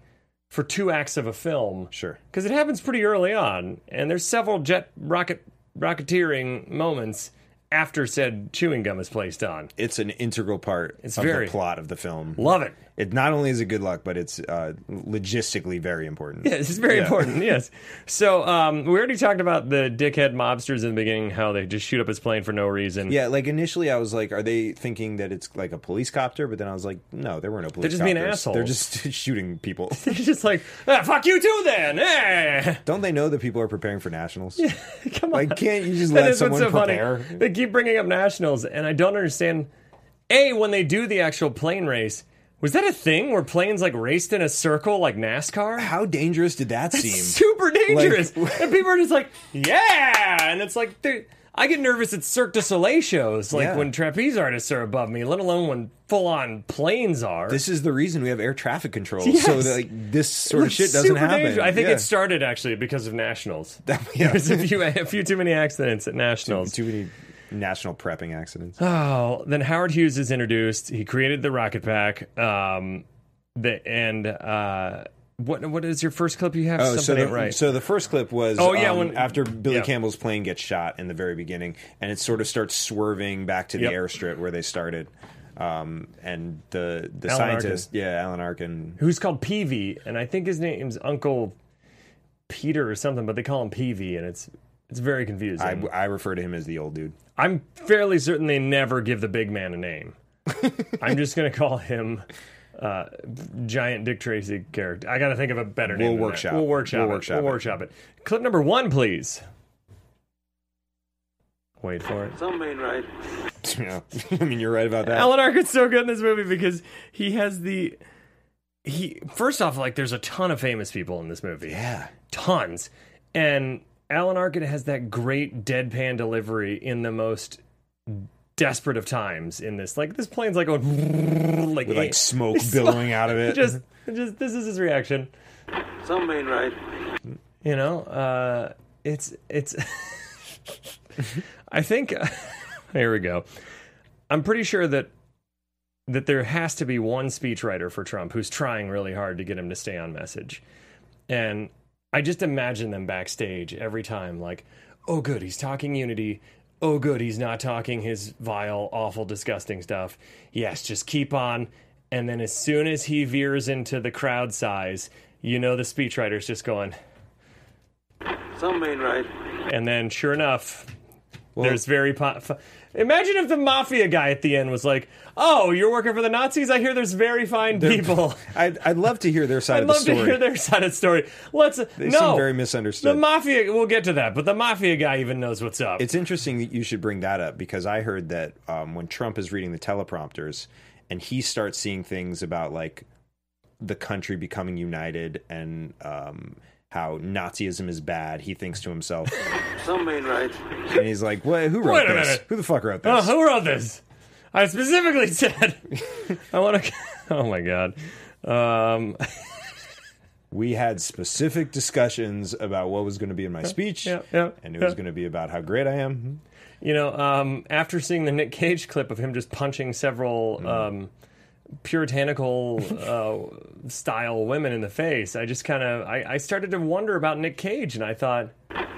[SPEAKER 1] for two acts of a film
[SPEAKER 3] sure.
[SPEAKER 1] because it happens pretty early on, and there's several jet rocket rocketeering moments after said chewing gum is placed on.
[SPEAKER 3] It's an integral part
[SPEAKER 1] It's
[SPEAKER 3] of
[SPEAKER 1] very-
[SPEAKER 3] the plot of the film.
[SPEAKER 1] Love it.
[SPEAKER 3] It not only is it good luck, but it's uh, logistically very important.
[SPEAKER 1] Yeah, this is very important. Yes. So um, we already talked about the dickhead mobsters in the beginning, how they just shoot up his plane for no reason.
[SPEAKER 3] Yeah, like initially I was like, are they thinking that it's like a police copter? But then I was like, no, there were no police.
[SPEAKER 1] just being
[SPEAKER 3] copters.
[SPEAKER 1] assholes.
[SPEAKER 3] They're just shooting people.
[SPEAKER 1] It's just like, ah, fuck you too, then. Eh.
[SPEAKER 3] Don't they know that people are preparing for nationals?
[SPEAKER 1] Come on.
[SPEAKER 3] Like, can't you just
[SPEAKER 1] That
[SPEAKER 3] let
[SPEAKER 1] is what's
[SPEAKER 3] someone prepare?
[SPEAKER 1] Funny. They keep bringing up nationals, and I don't understand. A, when they do the actual plane race, was that a thing where planes like raced in a circle like NASCAR?
[SPEAKER 3] How dangerous did that seem?
[SPEAKER 1] super dangerous.
[SPEAKER 3] Like-
[SPEAKER 1] and people are just like, yeah. And it's like, dude, I get nervous at Cirque du Soleil shows, like
[SPEAKER 3] Yeah.
[SPEAKER 1] when trapeze artists are above me, let alone when full on planes are.
[SPEAKER 3] This is the reason we have air traffic control,
[SPEAKER 1] Yes.
[SPEAKER 3] so that like this sort of
[SPEAKER 1] It's
[SPEAKER 3] shit doesn't
[SPEAKER 1] super
[SPEAKER 3] happen.
[SPEAKER 1] dangerous. I think
[SPEAKER 3] Yeah.
[SPEAKER 1] it started actually because of nationals.
[SPEAKER 3] yeah.
[SPEAKER 1] There's a few, a few too many accidents at nationals.
[SPEAKER 3] Oh, too many national prepping accidents.
[SPEAKER 1] Oh, then Howard Hughes is introduced. He created the rocket pack. Um, the and uh, what what is your first clip? You have
[SPEAKER 3] Oh,
[SPEAKER 1] something
[SPEAKER 3] so the,
[SPEAKER 1] ain't right.
[SPEAKER 3] so the first clip was
[SPEAKER 1] Oh, yeah,
[SPEAKER 3] um,
[SPEAKER 1] when-
[SPEAKER 3] after Billy
[SPEAKER 1] yeah.
[SPEAKER 3] Campbell's plane gets shot in the very beginning, and it sort of starts swerving back to the
[SPEAKER 1] Yep.
[SPEAKER 3] airstrip where they started. Um, and the the
[SPEAKER 1] Alan Arkin.
[SPEAKER 3] scientist, yeah, Alan Arkin,
[SPEAKER 1] who's called Peavy, and I think his name's Uncle Peter or something, but they call him Peavy, and it's it's very
[SPEAKER 3] I,
[SPEAKER 1] confusing.
[SPEAKER 3] I refer to him as the old dude.
[SPEAKER 1] I, am fairly certain they never give the big man a name. I'm just gonna call him uh, Giant Dick Tracy character. I gotta think of a better name.
[SPEAKER 3] We'll
[SPEAKER 1] than that.
[SPEAKER 3] workshop.
[SPEAKER 1] We'll workshop.
[SPEAKER 3] We'll
[SPEAKER 1] it.
[SPEAKER 3] workshop
[SPEAKER 1] We'll
[SPEAKER 3] it.
[SPEAKER 1] workshop it. Clip number one, please. Wait for it.
[SPEAKER 4] Some ain't right.
[SPEAKER 3] Yeah. I mean, you're right about that.
[SPEAKER 1] Alan Arkin's so good in this movie because he has the he first off like there's a ton of famous people in this movie.
[SPEAKER 3] yeah,
[SPEAKER 1] tons. And Alan Arkin has that great deadpan delivery in the most desperate of times in this. Like this plane's like going like,
[SPEAKER 3] with like
[SPEAKER 1] eh,
[SPEAKER 3] smoke billowing out of it.
[SPEAKER 1] just just this is his reaction.
[SPEAKER 4] Some ain't right.
[SPEAKER 1] You know, uh, it's it's. I think here we go. I'm pretty sure that that there has to be one speechwriter for Trump who's trying really hard to get him to stay on message, and I just imagine them backstage every time, like, oh good, he's talking unity. Oh good, he's not talking his vile, awful, disgusting stuff. Yes, just keep on. And then as soon as he veers into the crowd size, you know the speechwriter's just going.
[SPEAKER 4] Some ain't right.
[SPEAKER 1] And then, sure enough, there's very. Po- f- Imagine if the mafia guy at the end was like, "Oh, you're working for the Nazis. I hear there's very fine people.
[SPEAKER 3] I'd, I'd love to hear their side
[SPEAKER 1] I'd
[SPEAKER 3] of the
[SPEAKER 1] love to
[SPEAKER 3] story.
[SPEAKER 1] hear their side of the story." Let's
[SPEAKER 3] they
[SPEAKER 1] no
[SPEAKER 3] seem very
[SPEAKER 1] The
[SPEAKER 3] misunderstood.
[SPEAKER 1] mafia. We'll get to that, but the mafia guy even knows what's up.
[SPEAKER 3] it's interesting that you should bring that up because I heard that um, when Trump is reading the teleprompters and he starts seeing things about like the country becoming united and um, how Nazism is bad, he thinks to himself,
[SPEAKER 4] Some ain't right.
[SPEAKER 3] and he's like, "What? Who wrote
[SPEAKER 1] Wait a
[SPEAKER 3] this?
[SPEAKER 1] minute.
[SPEAKER 3] Who the fuck wrote this?"
[SPEAKER 1] Oh, who wrote this? I specifically said, "I want to." Oh my god. Um,
[SPEAKER 3] we had specific discussions about what was going to be in my speech,
[SPEAKER 1] yeah, yeah,
[SPEAKER 3] and it
[SPEAKER 1] yeah.
[SPEAKER 3] was going to be about how great I am.
[SPEAKER 1] You know, um, after seeing the Nick Cage clip of him just punching several um, puritanical uh, style women in the face, I just kind of I, I started to wonder about Nick Cage, and I thought.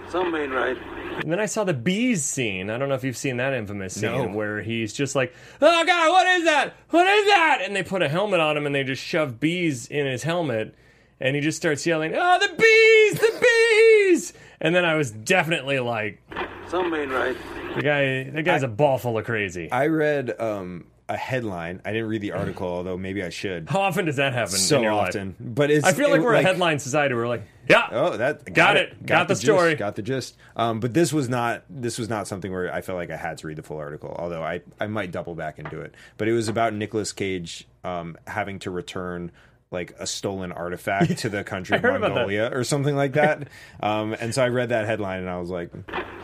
[SPEAKER 4] Some ain't right.
[SPEAKER 1] And then I saw the bees scene. I don't know if you've seen that infamous scene
[SPEAKER 3] No.
[SPEAKER 1] where he's just like, "Oh God, what is that? What is that?" And they put a helmet on him and they just shove bees in his helmet, and he just starts yelling, "Oh, the bees, the bees!" And then I was definitely like,
[SPEAKER 4] Some ain't right.
[SPEAKER 1] "The guy, that guy's a ball full of crazy."
[SPEAKER 3] I read um, a headline. I didn't read the article, although maybe I should.
[SPEAKER 1] How often does that happen?
[SPEAKER 3] So
[SPEAKER 1] in your
[SPEAKER 3] often,
[SPEAKER 1] Life?
[SPEAKER 3] but it's.
[SPEAKER 1] I feel like
[SPEAKER 3] it-
[SPEAKER 1] we're a headline society. We're like, yeah,
[SPEAKER 3] Oh, that got,
[SPEAKER 1] Got it. Got the
[SPEAKER 3] gist,
[SPEAKER 1] story.
[SPEAKER 3] Got the gist. Um, but this was not this was not something where I felt like I had to read the full article. Although I I might double back and do it. But it was about Nicolas Cage um, having to return like a stolen artifact to the country of
[SPEAKER 1] heard about that.
[SPEAKER 3] Mongolia or something like that. um, and so I read that headline and I was like,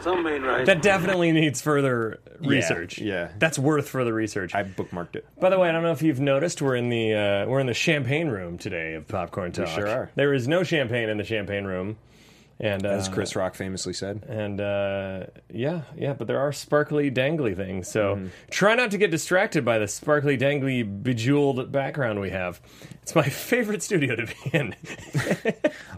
[SPEAKER 4] Some ain't right.
[SPEAKER 1] that definitely needs further research.
[SPEAKER 3] yeah.
[SPEAKER 1] that's worth further research.
[SPEAKER 3] I bookmarked it.
[SPEAKER 1] By the way, I don't know if you've noticed, we're in the uh, we're in the champagne room today of popcorn talk.
[SPEAKER 3] sure are.
[SPEAKER 1] There is no champagne in the champagne room, and uh,
[SPEAKER 3] As Chris Rock famously said,
[SPEAKER 1] and uh, yeah, yeah, but there are sparkly, dangly things. So
[SPEAKER 3] Mm-hmm.
[SPEAKER 1] try not to get distracted by the sparkly, dangly, bejeweled background we have. It's my favorite studio to be in.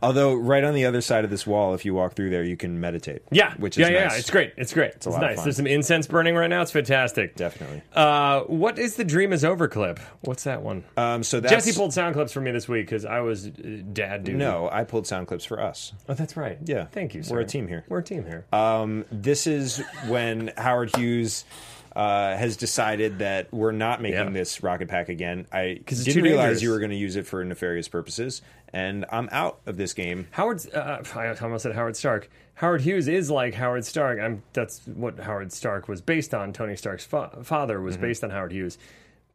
[SPEAKER 3] although right on the other side of this wall, if you walk through there, you can meditate.
[SPEAKER 1] Yeah,
[SPEAKER 3] which is
[SPEAKER 1] yeah, yeah.
[SPEAKER 3] nice.
[SPEAKER 1] It's great. It's great. It's,
[SPEAKER 3] a lot of
[SPEAKER 1] nice.
[SPEAKER 3] fun.
[SPEAKER 1] There's some incense burning right now. It's fantastic.
[SPEAKER 3] Definitely.
[SPEAKER 1] Uh, what is the dream is over clip? What's that one?
[SPEAKER 3] Um, so that's
[SPEAKER 1] Jesse pulled sound clips for me this week because I was uh, dad dude.
[SPEAKER 3] No, I pulled sound clips for us.
[SPEAKER 1] Oh, that's right.
[SPEAKER 3] Yeah.
[SPEAKER 1] Thank you. Sir.
[SPEAKER 3] We're a team here.
[SPEAKER 1] We're a team here.
[SPEAKER 3] this is when Howard Hughes uh, has decided that we're not making
[SPEAKER 1] Yeah.
[SPEAKER 3] this rocket pack again. I
[SPEAKER 1] it's
[SPEAKER 3] didn't
[SPEAKER 1] too
[SPEAKER 3] realize
[SPEAKER 1] dangerous.
[SPEAKER 3] you were going to use it for nefarious purposes, and I'm out of this game.
[SPEAKER 1] Howard's. Uh, I almost said Howard Stark. Howard Hughes is like Howard Stark. I'm. That's what Howard Stark was based on. Tony Stark's fa- father
[SPEAKER 3] Mm-hmm.
[SPEAKER 1] was based on Howard Hughes.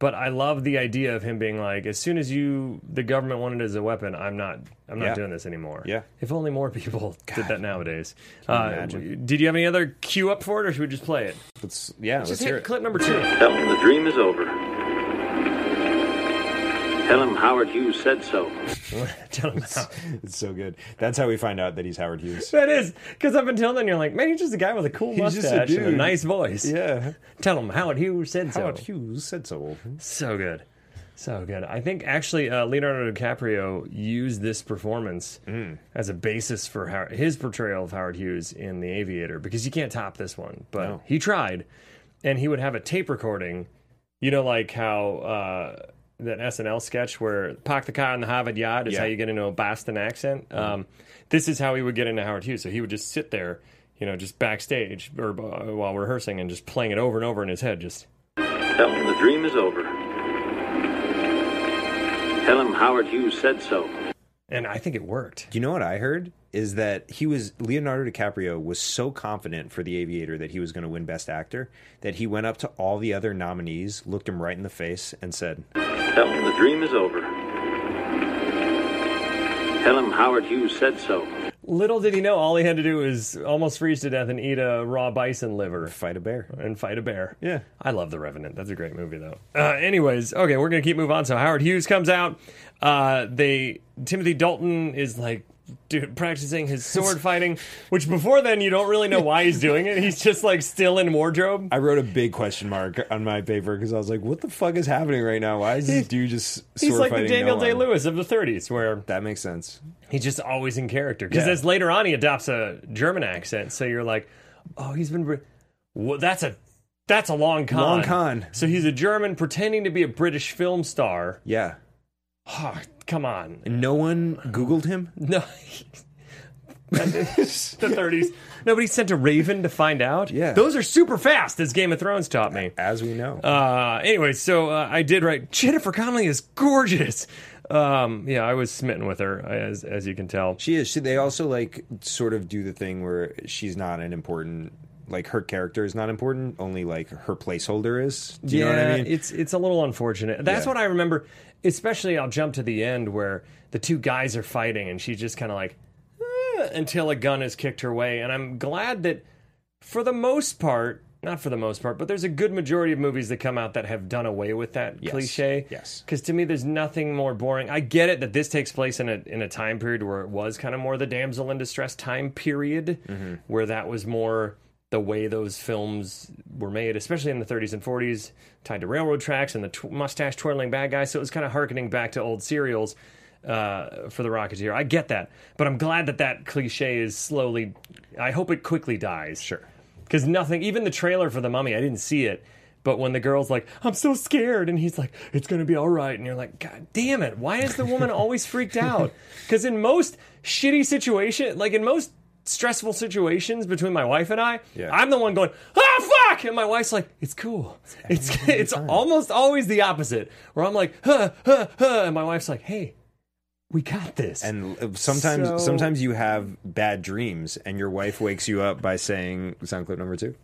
[SPEAKER 1] But I love the idea of him being like, as soon as you, the government wanted it as a weapon, I'm not. I'm not
[SPEAKER 3] Yeah.
[SPEAKER 1] doing this anymore.
[SPEAKER 3] Yeah.
[SPEAKER 1] If only more people did that nowadays. uh,
[SPEAKER 3] imagine?
[SPEAKER 1] Did you have any other cue up for it, or should we just play it?
[SPEAKER 3] Let's yeah, let's
[SPEAKER 1] Just
[SPEAKER 3] hear
[SPEAKER 1] hit
[SPEAKER 3] it.
[SPEAKER 1] clip number two.
[SPEAKER 4] Tell him the dream is over. Tell him Howard Hughes said so.
[SPEAKER 1] Tell him how.
[SPEAKER 3] It's so good. That's how we find out that he's Howard Hughes.
[SPEAKER 1] That is because up until then you're like, man, he's just a guy with a cool
[SPEAKER 3] He's just a
[SPEAKER 1] mustache and a
[SPEAKER 3] dude.
[SPEAKER 1] nice voice.
[SPEAKER 3] yeah,
[SPEAKER 1] Tell him Howard Hughes said
[SPEAKER 3] Howard
[SPEAKER 1] so.
[SPEAKER 3] Hughes said so.
[SPEAKER 1] So good, so good. I think actually uh, Leonardo DiCaprio used this performance
[SPEAKER 3] Hmm.
[SPEAKER 1] as a basis for how, his portrayal of Howard Hughes in The Aviator because you can't top this one. But
[SPEAKER 3] No.
[SPEAKER 1] he tried, and he would have a tape recording. You know, like how. Uh, that SNL sketch where park the car in the Harvard yard is
[SPEAKER 3] Yeah. Hmm.
[SPEAKER 1] how you get into a Boston accent. Um, this is how he would get into Howard Hughes. So he would just sit there, you know, just backstage or uh, while rehearsing and just playing it over and over in his head. Just
[SPEAKER 4] Tell him the dream is over. Tell him Howard Hughes said so.
[SPEAKER 1] and I think it worked.
[SPEAKER 3] You know what I heard is that he was Leonardo DiCaprio was so confident for The Aviator that he was going to win Best Actor that he went up to all the other nominees, looked him right in the face, and said,
[SPEAKER 4] Tell him the dream is over. Tell him Howard Hughes said so.
[SPEAKER 1] Little did he know, all he had to do was almost freeze to death and eat a raw bison liver
[SPEAKER 3] "Fight a bear."
[SPEAKER 1] and fight a bear.
[SPEAKER 3] Yeah.
[SPEAKER 1] I love The Revenant. That's a great movie, though. Uh, anyways, okay, we're gonna keep moving on. So Howard Hughes comes out. Uh, they Timothy Dalton is like do, practicing his sword fighting, which before then you don't really know why he's doing it. He's just like still in wardrobe.
[SPEAKER 3] I wrote a big question mark on my paper because I was like, "What the fuck is happening right now? Why is this dude just
[SPEAKER 1] He's
[SPEAKER 3] sword
[SPEAKER 1] like the
[SPEAKER 3] fighting
[SPEAKER 1] Daniel
[SPEAKER 3] no
[SPEAKER 1] Day
[SPEAKER 3] one?"
[SPEAKER 1] Lewis of the 30s, where
[SPEAKER 3] That makes sense.
[SPEAKER 1] he's just always in character. Because
[SPEAKER 3] Yeah.
[SPEAKER 1] as later on he adopts a German accent, so you're like, oh, he's been. Br- well, that's a that's a long con.
[SPEAKER 3] Long con.
[SPEAKER 1] So he's a German pretending to be a British film star.
[SPEAKER 3] Yeah.
[SPEAKER 1] Oh, come on,
[SPEAKER 3] And no one Googled him.
[SPEAKER 1] no. the 30s. Nobody sent a raven to find out.
[SPEAKER 3] Yeah.
[SPEAKER 1] those are super fast, as Game of Thrones taught me.
[SPEAKER 3] As we know,
[SPEAKER 1] Uh, anyway, so uh, I did write. Jennifer Connelly is gorgeous. Um, yeah, I was smitten with her, as as you can tell.
[SPEAKER 3] she is. She, they also like sort of do the thing where she's not an important, like her character is not important. Only like her placeholder is. Do you
[SPEAKER 1] yeah,
[SPEAKER 3] know what I mean?
[SPEAKER 1] it's it's a little unfortunate. That's
[SPEAKER 3] Yeah.
[SPEAKER 1] what I remember. Especially, I'll jump to the end where the two guys are fighting, and she's just kind of like "Eh," until a gun is kicked her way. And I'm glad that for the most part, not for the most part, but there's a good majority of movies that come out that have done away with that cliche.
[SPEAKER 3] Yes.
[SPEAKER 1] Because to me, there's nothing more boring. I get it that this takes place in a in a time period where it was kind of more the damsel in distress time period, where that was more the way those films were made, especially in the 30s and 40s, tied to railroad tracks and the tw- mustache twirling bad guys. So it was kind of harkening back to old serials uh, for the Rocketeer. I get that, but I'm glad that that cliche is slowly. I hope it quickly dies.
[SPEAKER 3] Sure.
[SPEAKER 1] Because nothing, even the trailer for The Mummy, I didn't see it. But when the girl's like, I'm so scared, and he's like, it's going to be all right. And you're like, God damn it. Why is the woman always freaked out? Because in most shitty situation, like in most stressful situations between my wife and I,
[SPEAKER 3] Yeah.
[SPEAKER 1] I'm the one going, ah, fuck. And my wife's like, it's cool. It's, it's almost always the opposite, where I'm like, huh, huh, huh. And my wife's like, hey, we got this.
[SPEAKER 3] and uh, sometimes,
[SPEAKER 1] So-
[SPEAKER 3] sometimes you have bad dreams, and your wife wakes you up by saying, "Sound clip number two.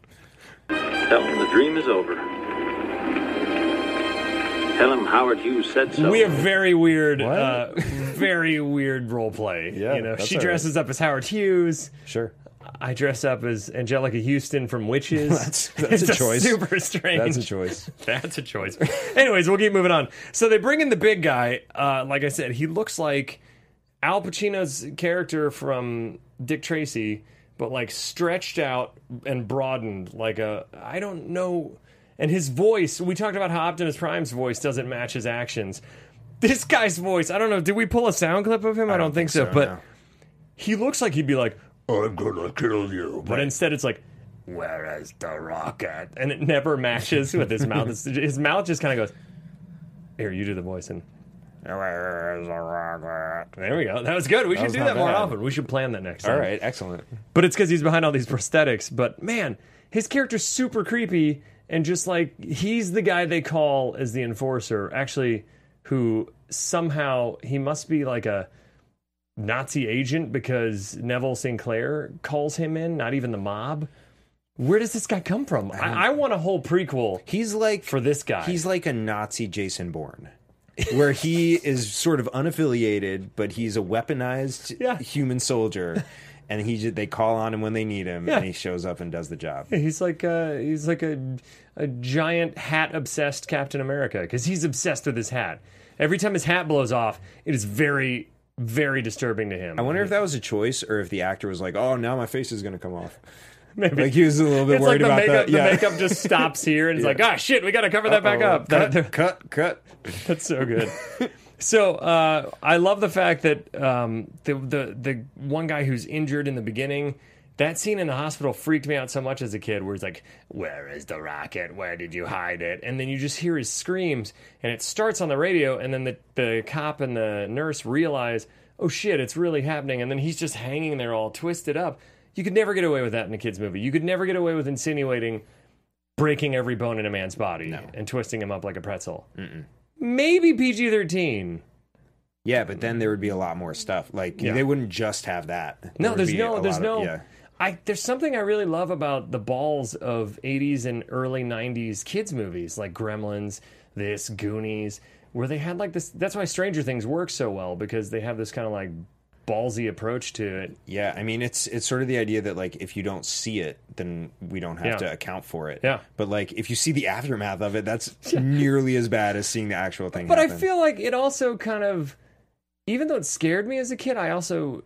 [SPEAKER 4] Tell him the dream is over. Tell him Howard Hughes said so.
[SPEAKER 1] We have very weird, uh, very weird role play.
[SPEAKER 3] Yeah,
[SPEAKER 1] you know,
[SPEAKER 3] that's
[SPEAKER 1] she
[SPEAKER 3] all right.
[SPEAKER 1] dresses up as Howard Hughes.
[SPEAKER 3] Sure.
[SPEAKER 1] I dress up as Angelica Houston from Witches.
[SPEAKER 3] That's- that's
[SPEAKER 1] It's
[SPEAKER 3] a choice.
[SPEAKER 1] Super strange.
[SPEAKER 3] That's a choice.
[SPEAKER 1] That's a choice. Anyways, we'll keep moving on. So they bring in the big guy. Uh, like I said, he looks like Al Pacino's character from Dick Tracy, but like stretched out and broadened, like a I don't know. And his voice, we talked about how Optimus Prime's voice doesn't match his actions. This guy's voice, I don't know. Did we pull a sound clip of him? I, don't, think, so, but
[SPEAKER 3] no.
[SPEAKER 1] he looks like he'd be like,
[SPEAKER 5] I'm gonna kill you.
[SPEAKER 1] but instead it's like, where is the rocket? And it never matches with his mouth. It's- his mouth just kind of goes, here, you do the voice. And there we go. That was good. We should
[SPEAKER 3] was
[SPEAKER 1] do
[SPEAKER 3] not
[SPEAKER 1] that more
[SPEAKER 3] bad.
[SPEAKER 1] often. We should plan that next time.
[SPEAKER 3] All right, excellent.
[SPEAKER 1] But it's because he's behind all these prosthetics. But man, his character's super creepy and just like he's the guy they call as the enforcer, actually, who somehow he must be like a Nazi agent because Neville Sinclair calls him in, not even the mob. Where does this guy come from? I, I want a whole prequel.
[SPEAKER 3] He's like
[SPEAKER 1] For this guy.
[SPEAKER 3] He's like a Nazi Jason Bourne, where he is sort of unaffiliated, but he's a weaponized
[SPEAKER 1] Yeah.
[SPEAKER 3] human soldier, and he ju- they call on him when they need him,
[SPEAKER 1] Yeah.
[SPEAKER 3] and he shows up and does the job.
[SPEAKER 1] He's like a, he's like a a giant hat obsessed Captain America because he's obsessed with his hat. Every time his hat blows off, it is very very disturbing to him.
[SPEAKER 3] I wonder if that was a choice or if the actor was like, "Oh, now my face is going to come off."
[SPEAKER 1] Maybe.
[SPEAKER 3] Like he was a little bit
[SPEAKER 1] it's like
[SPEAKER 3] worried
[SPEAKER 1] the
[SPEAKER 3] about
[SPEAKER 1] makeup.
[SPEAKER 3] that.
[SPEAKER 1] The makeup just stops here, and it's like, ah, shit, we got to cover that back
[SPEAKER 3] Uh-oh.
[SPEAKER 1] up. That- that-
[SPEAKER 3] Cut, cut, cut.
[SPEAKER 1] that's so good. so uh, I love the fact that um, the the the one guy who's injured in the beginning. That scene in the hospital freaked me out so much as a kid, where he's like, "Where is the rocket? Where did you hide it?" And then you just hear his screams, and it starts on the radio, and then the the cop and the nurse realize, "Oh shit, it's really happening!" And then he's just hanging there, all twisted up. You could never get away with that in a kids' movie. You could never get away with insinuating breaking every bone in a man's body and twisting him up like a pretzel maybe PG thirteen.
[SPEAKER 3] Yeah, but then there would be a lot more stuff. Like
[SPEAKER 1] Yeah.
[SPEAKER 3] they wouldn't just have that. There
[SPEAKER 1] No,
[SPEAKER 3] would
[SPEAKER 1] there's
[SPEAKER 3] be
[SPEAKER 1] no,
[SPEAKER 3] a
[SPEAKER 1] there's
[SPEAKER 3] lot
[SPEAKER 1] no.
[SPEAKER 3] Of, yeah.
[SPEAKER 1] I there's something I really love about the balls of '80s and early '90s kids movies like Gremlins, this Goonies, where they had like this. That's why Stranger Things works so well because they have this kind of like ballsy approach to it.
[SPEAKER 3] Yeah, I mean it's it's sort of the idea that like if you don't see it, then we don't have
[SPEAKER 1] Yeah.
[SPEAKER 3] to account for it.
[SPEAKER 1] Yeah.
[SPEAKER 3] But like if you see the aftermath of it, that's nearly as bad as seeing the actual thing.
[SPEAKER 1] But I
[SPEAKER 3] happen.
[SPEAKER 1] feel like it also kind of, even though it scared me as a kid, I also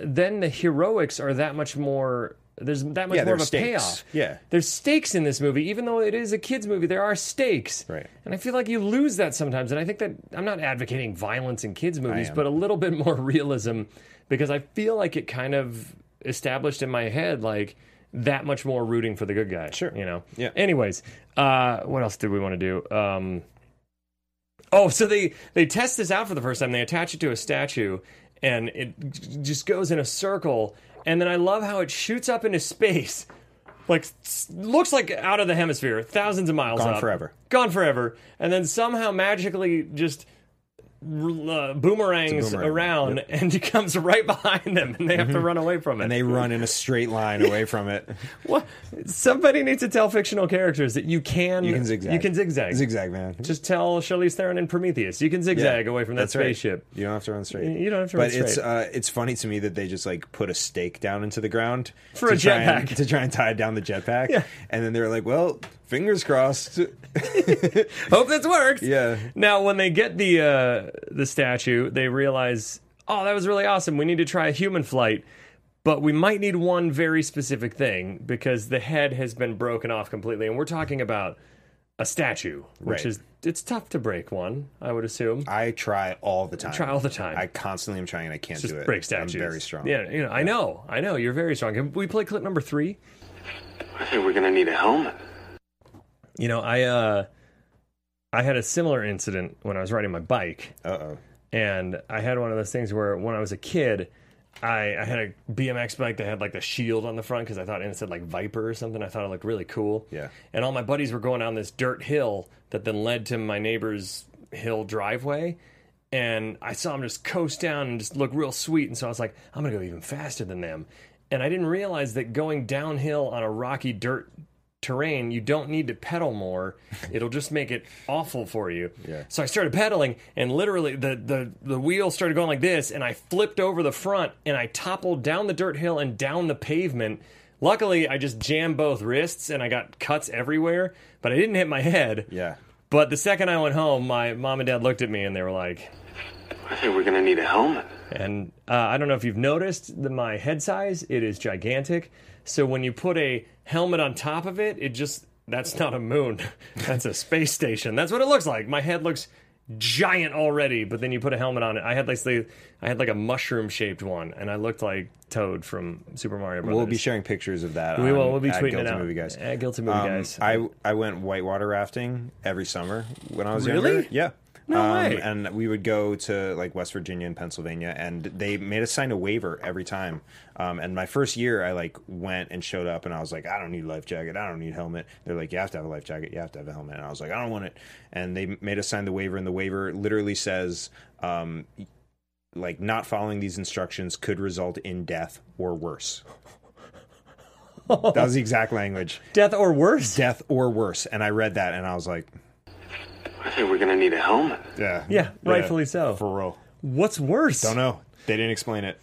[SPEAKER 1] then the heroics are that much more. There's that much
[SPEAKER 3] Yeah,
[SPEAKER 1] more
[SPEAKER 3] there
[SPEAKER 1] of a
[SPEAKER 3] are stakes.
[SPEAKER 1] payoff.
[SPEAKER 3] Yeah.
[SPEAKER 1] there's stakes in this movie, even though it is a kids movie. There are stakes,
[SPEAKER 3] Right.
[SPEAKER 1] And I feel like you lose that sometimes. And I think that I'm not advocating violence in kids movies,
[SPEAKER 3] am.
[SPEAKER 1] but a little bit more realism because I feel like it kind of established in my head like that much more rooting for the good guy.
[SPEAKER 3] Sure.
[SPEAKER 1] you know.
[SPEAKER 3] Yeah.
[SPEAKER 1] Anyways, uh, what else did we want to do? Um, Oh, so they they test this out for the first time. They attach it to a statue, and it j- just goes in a circle. And then I love how it shoots up into space, like s- looks like out of the hemisphere, thousands of miles
[SPEAKER 3] Gone
[SPEAKER 1] up.
[SPEAKER 3] forever.
[SPEAKER 1] gone forever. And then somehow magically just uh, boomerangs
[SPEAKER 3] It's a boomerang, Mm-hmm.
[SPEAKER 1] around and it comes right behind them, and they have to run away from it.
[SPEAKER 3] and they run in a straight line away from it.
[SPEAKER 1] what? Somebody needs to tell fictional characters that you can
[SPEAKER 3] You can zigzag.
[SPEAKER 1] You can zigzag.
[SPEAKER 3] Zigzag, man.
[SPEAKER 1] Just tell Charlize Theron in Prometheus. You can
[SPEAKER 3] Yeah,
[SPEAKER 1] zigzag away from that
[SPEAKER 3] that's right.
[SPEAKER 1] spaceship.
[SPEAKER 3] You don't have to run straight.
[SPEAKER 1] You don't have to
[SPEAKER 3] but
[SPEAKER 1] run
[SPEAKER 3] it's
[SPEAKER 1] straight.
[SPEAKER 3] uh, it's funny to me that they just like put a stake down into the ground
[SPEAKER 1] For
[SPEAKER 3] to
[SPEAKER 1] a
[SPEAKER 3] try and-
[SPEAKER 1] jetpack.
[SPEAKER 3] to try and tie down the jetpack.
[SPEAKER 1] Yeah.
[SPEAKER 3] And then they're like, well, fingers crossed.
[SPEAKER 1] Hope this works.
[SPEAKER 3] Yeah.
[SPEAKER 1] Now, when they get the uh, the statue, they realize, oh, that was really awesome. We need to try a human flight, but we might need one very specific thing because the head has been broken off completely, and we're talking about a statue, which
[SPEAKER 3] Right.
[SPEAKER 1] is it's tough to break one. I would assume.
[SPEAKER 3] I try all the time.
[SPEAKER 1] try all the time.
[SPEAKER 3] I constantly am trying and I can't
[SPEAKER 1] Just
[SPEAKER 3] do it.
[SPEAKER 1] break statues.
[SPEAKER 3] I'm very strong.
[SPEAKER 1] Yeah, you know, I know, I know. You're very strong. Can we play clip number three?
[SPEAKER 6] I think we're gonna need a helmet.
[SPEAKER 1] You know, I uh, I had a similar incident when I was riding my bike.
[SPEAKER 3] Uh oh.
[SPEAKER 1] and I had one of those things where when I was a kid, I, I had a BMX bike that had like the shield on the front because I thought and it said like Viper or something. I thought it looked really cool.
[SPEAKER 3] Yeah.
[SPEAKER 1] And all my buddies were going down this dirt hill that then led to my neighbor's hill driveway. And I saw them just coast down and just look real sweet. And so I was like, I'm going to go even faster than them. And I didn't realize that going downhill on a rocky dirt terrain, you don't need to pedal more. It'll just make it awful for you.
[SPEAKER 3] Yeah.
[SPEAKER 1] So I started pedaling, and literally the, the the wheel started going like this, and I flipped over the front, and I toppled down the dirt hill and down the pavement. Luckily, I just jammed both wrists, and I got cuts everywhere, but I didn't hit my head.
[SPEAKER 3] Yeah.
[SPEAKER 1] But the second I went home, my mom and dad looked at me, and they were like,
[SPEAKER 6] I think we're gonna need a helmet.
[SPEAKER 1] and uh, I don't know if you've noticed the, my head size, it is gigantic. So when you put a helmet on top of it, it just that's not a moon. That's a space station. That's what it looks like. My head looks giant already, but then you put a helmet on it. I had like the, I had like a mushroom shaped one and I looked like Toad from Super Mario Brothers.
[SPEAKER 3] We'll be sharing pictures of that.
[SPEAKER 1] We will.
[SPEAKER 3] on-
[SPEAKER 1] We'll be
[SPEAKER 3] at
[SPEAKER 1] tweeting it
[SPEAKER 3] Guilty
[SPEAKER 1] out.
[SPEAKER 3] Movie guys. Um,
[SPEAKER 1] At Guilty Movie Guys.
[SPEAKER 3] I I went whitewater rafting every summer when I was
[SPEAKER 1] Really?
[SPEAKER 3] younger. Yeah.
[SPEAKER 1] No way.
[SPEAKER 3] Um, And we would go to like West Virginia and Pennsylvania, and they made us sign a waiver every time. Um, and my first year, I like went and showed up, and I was like, I don't need a life jacket, I don't need a helmet. They're like, you have to have a life jacket, you have to have a helmet, and I was like, I don't want it. And they made us sign the waiver, and the waiver literally says, um, like not following these instructions could result in death or worse. that was the exact language.
[SPEAKER 1] Death or worse?
[SPEAKER 3] Death or worse. And I read that and I was like,
[SPEAKER 6] I think we're gonna need a helmet.
[SPEAKER 3] yeah.
[SPEAKER 1] Yeah, rightfully so.
[SPEAKER 3] For real.
[SPEAKER 1] What's worse?
[SPEAKER 3] Don't know. They didn't explain it.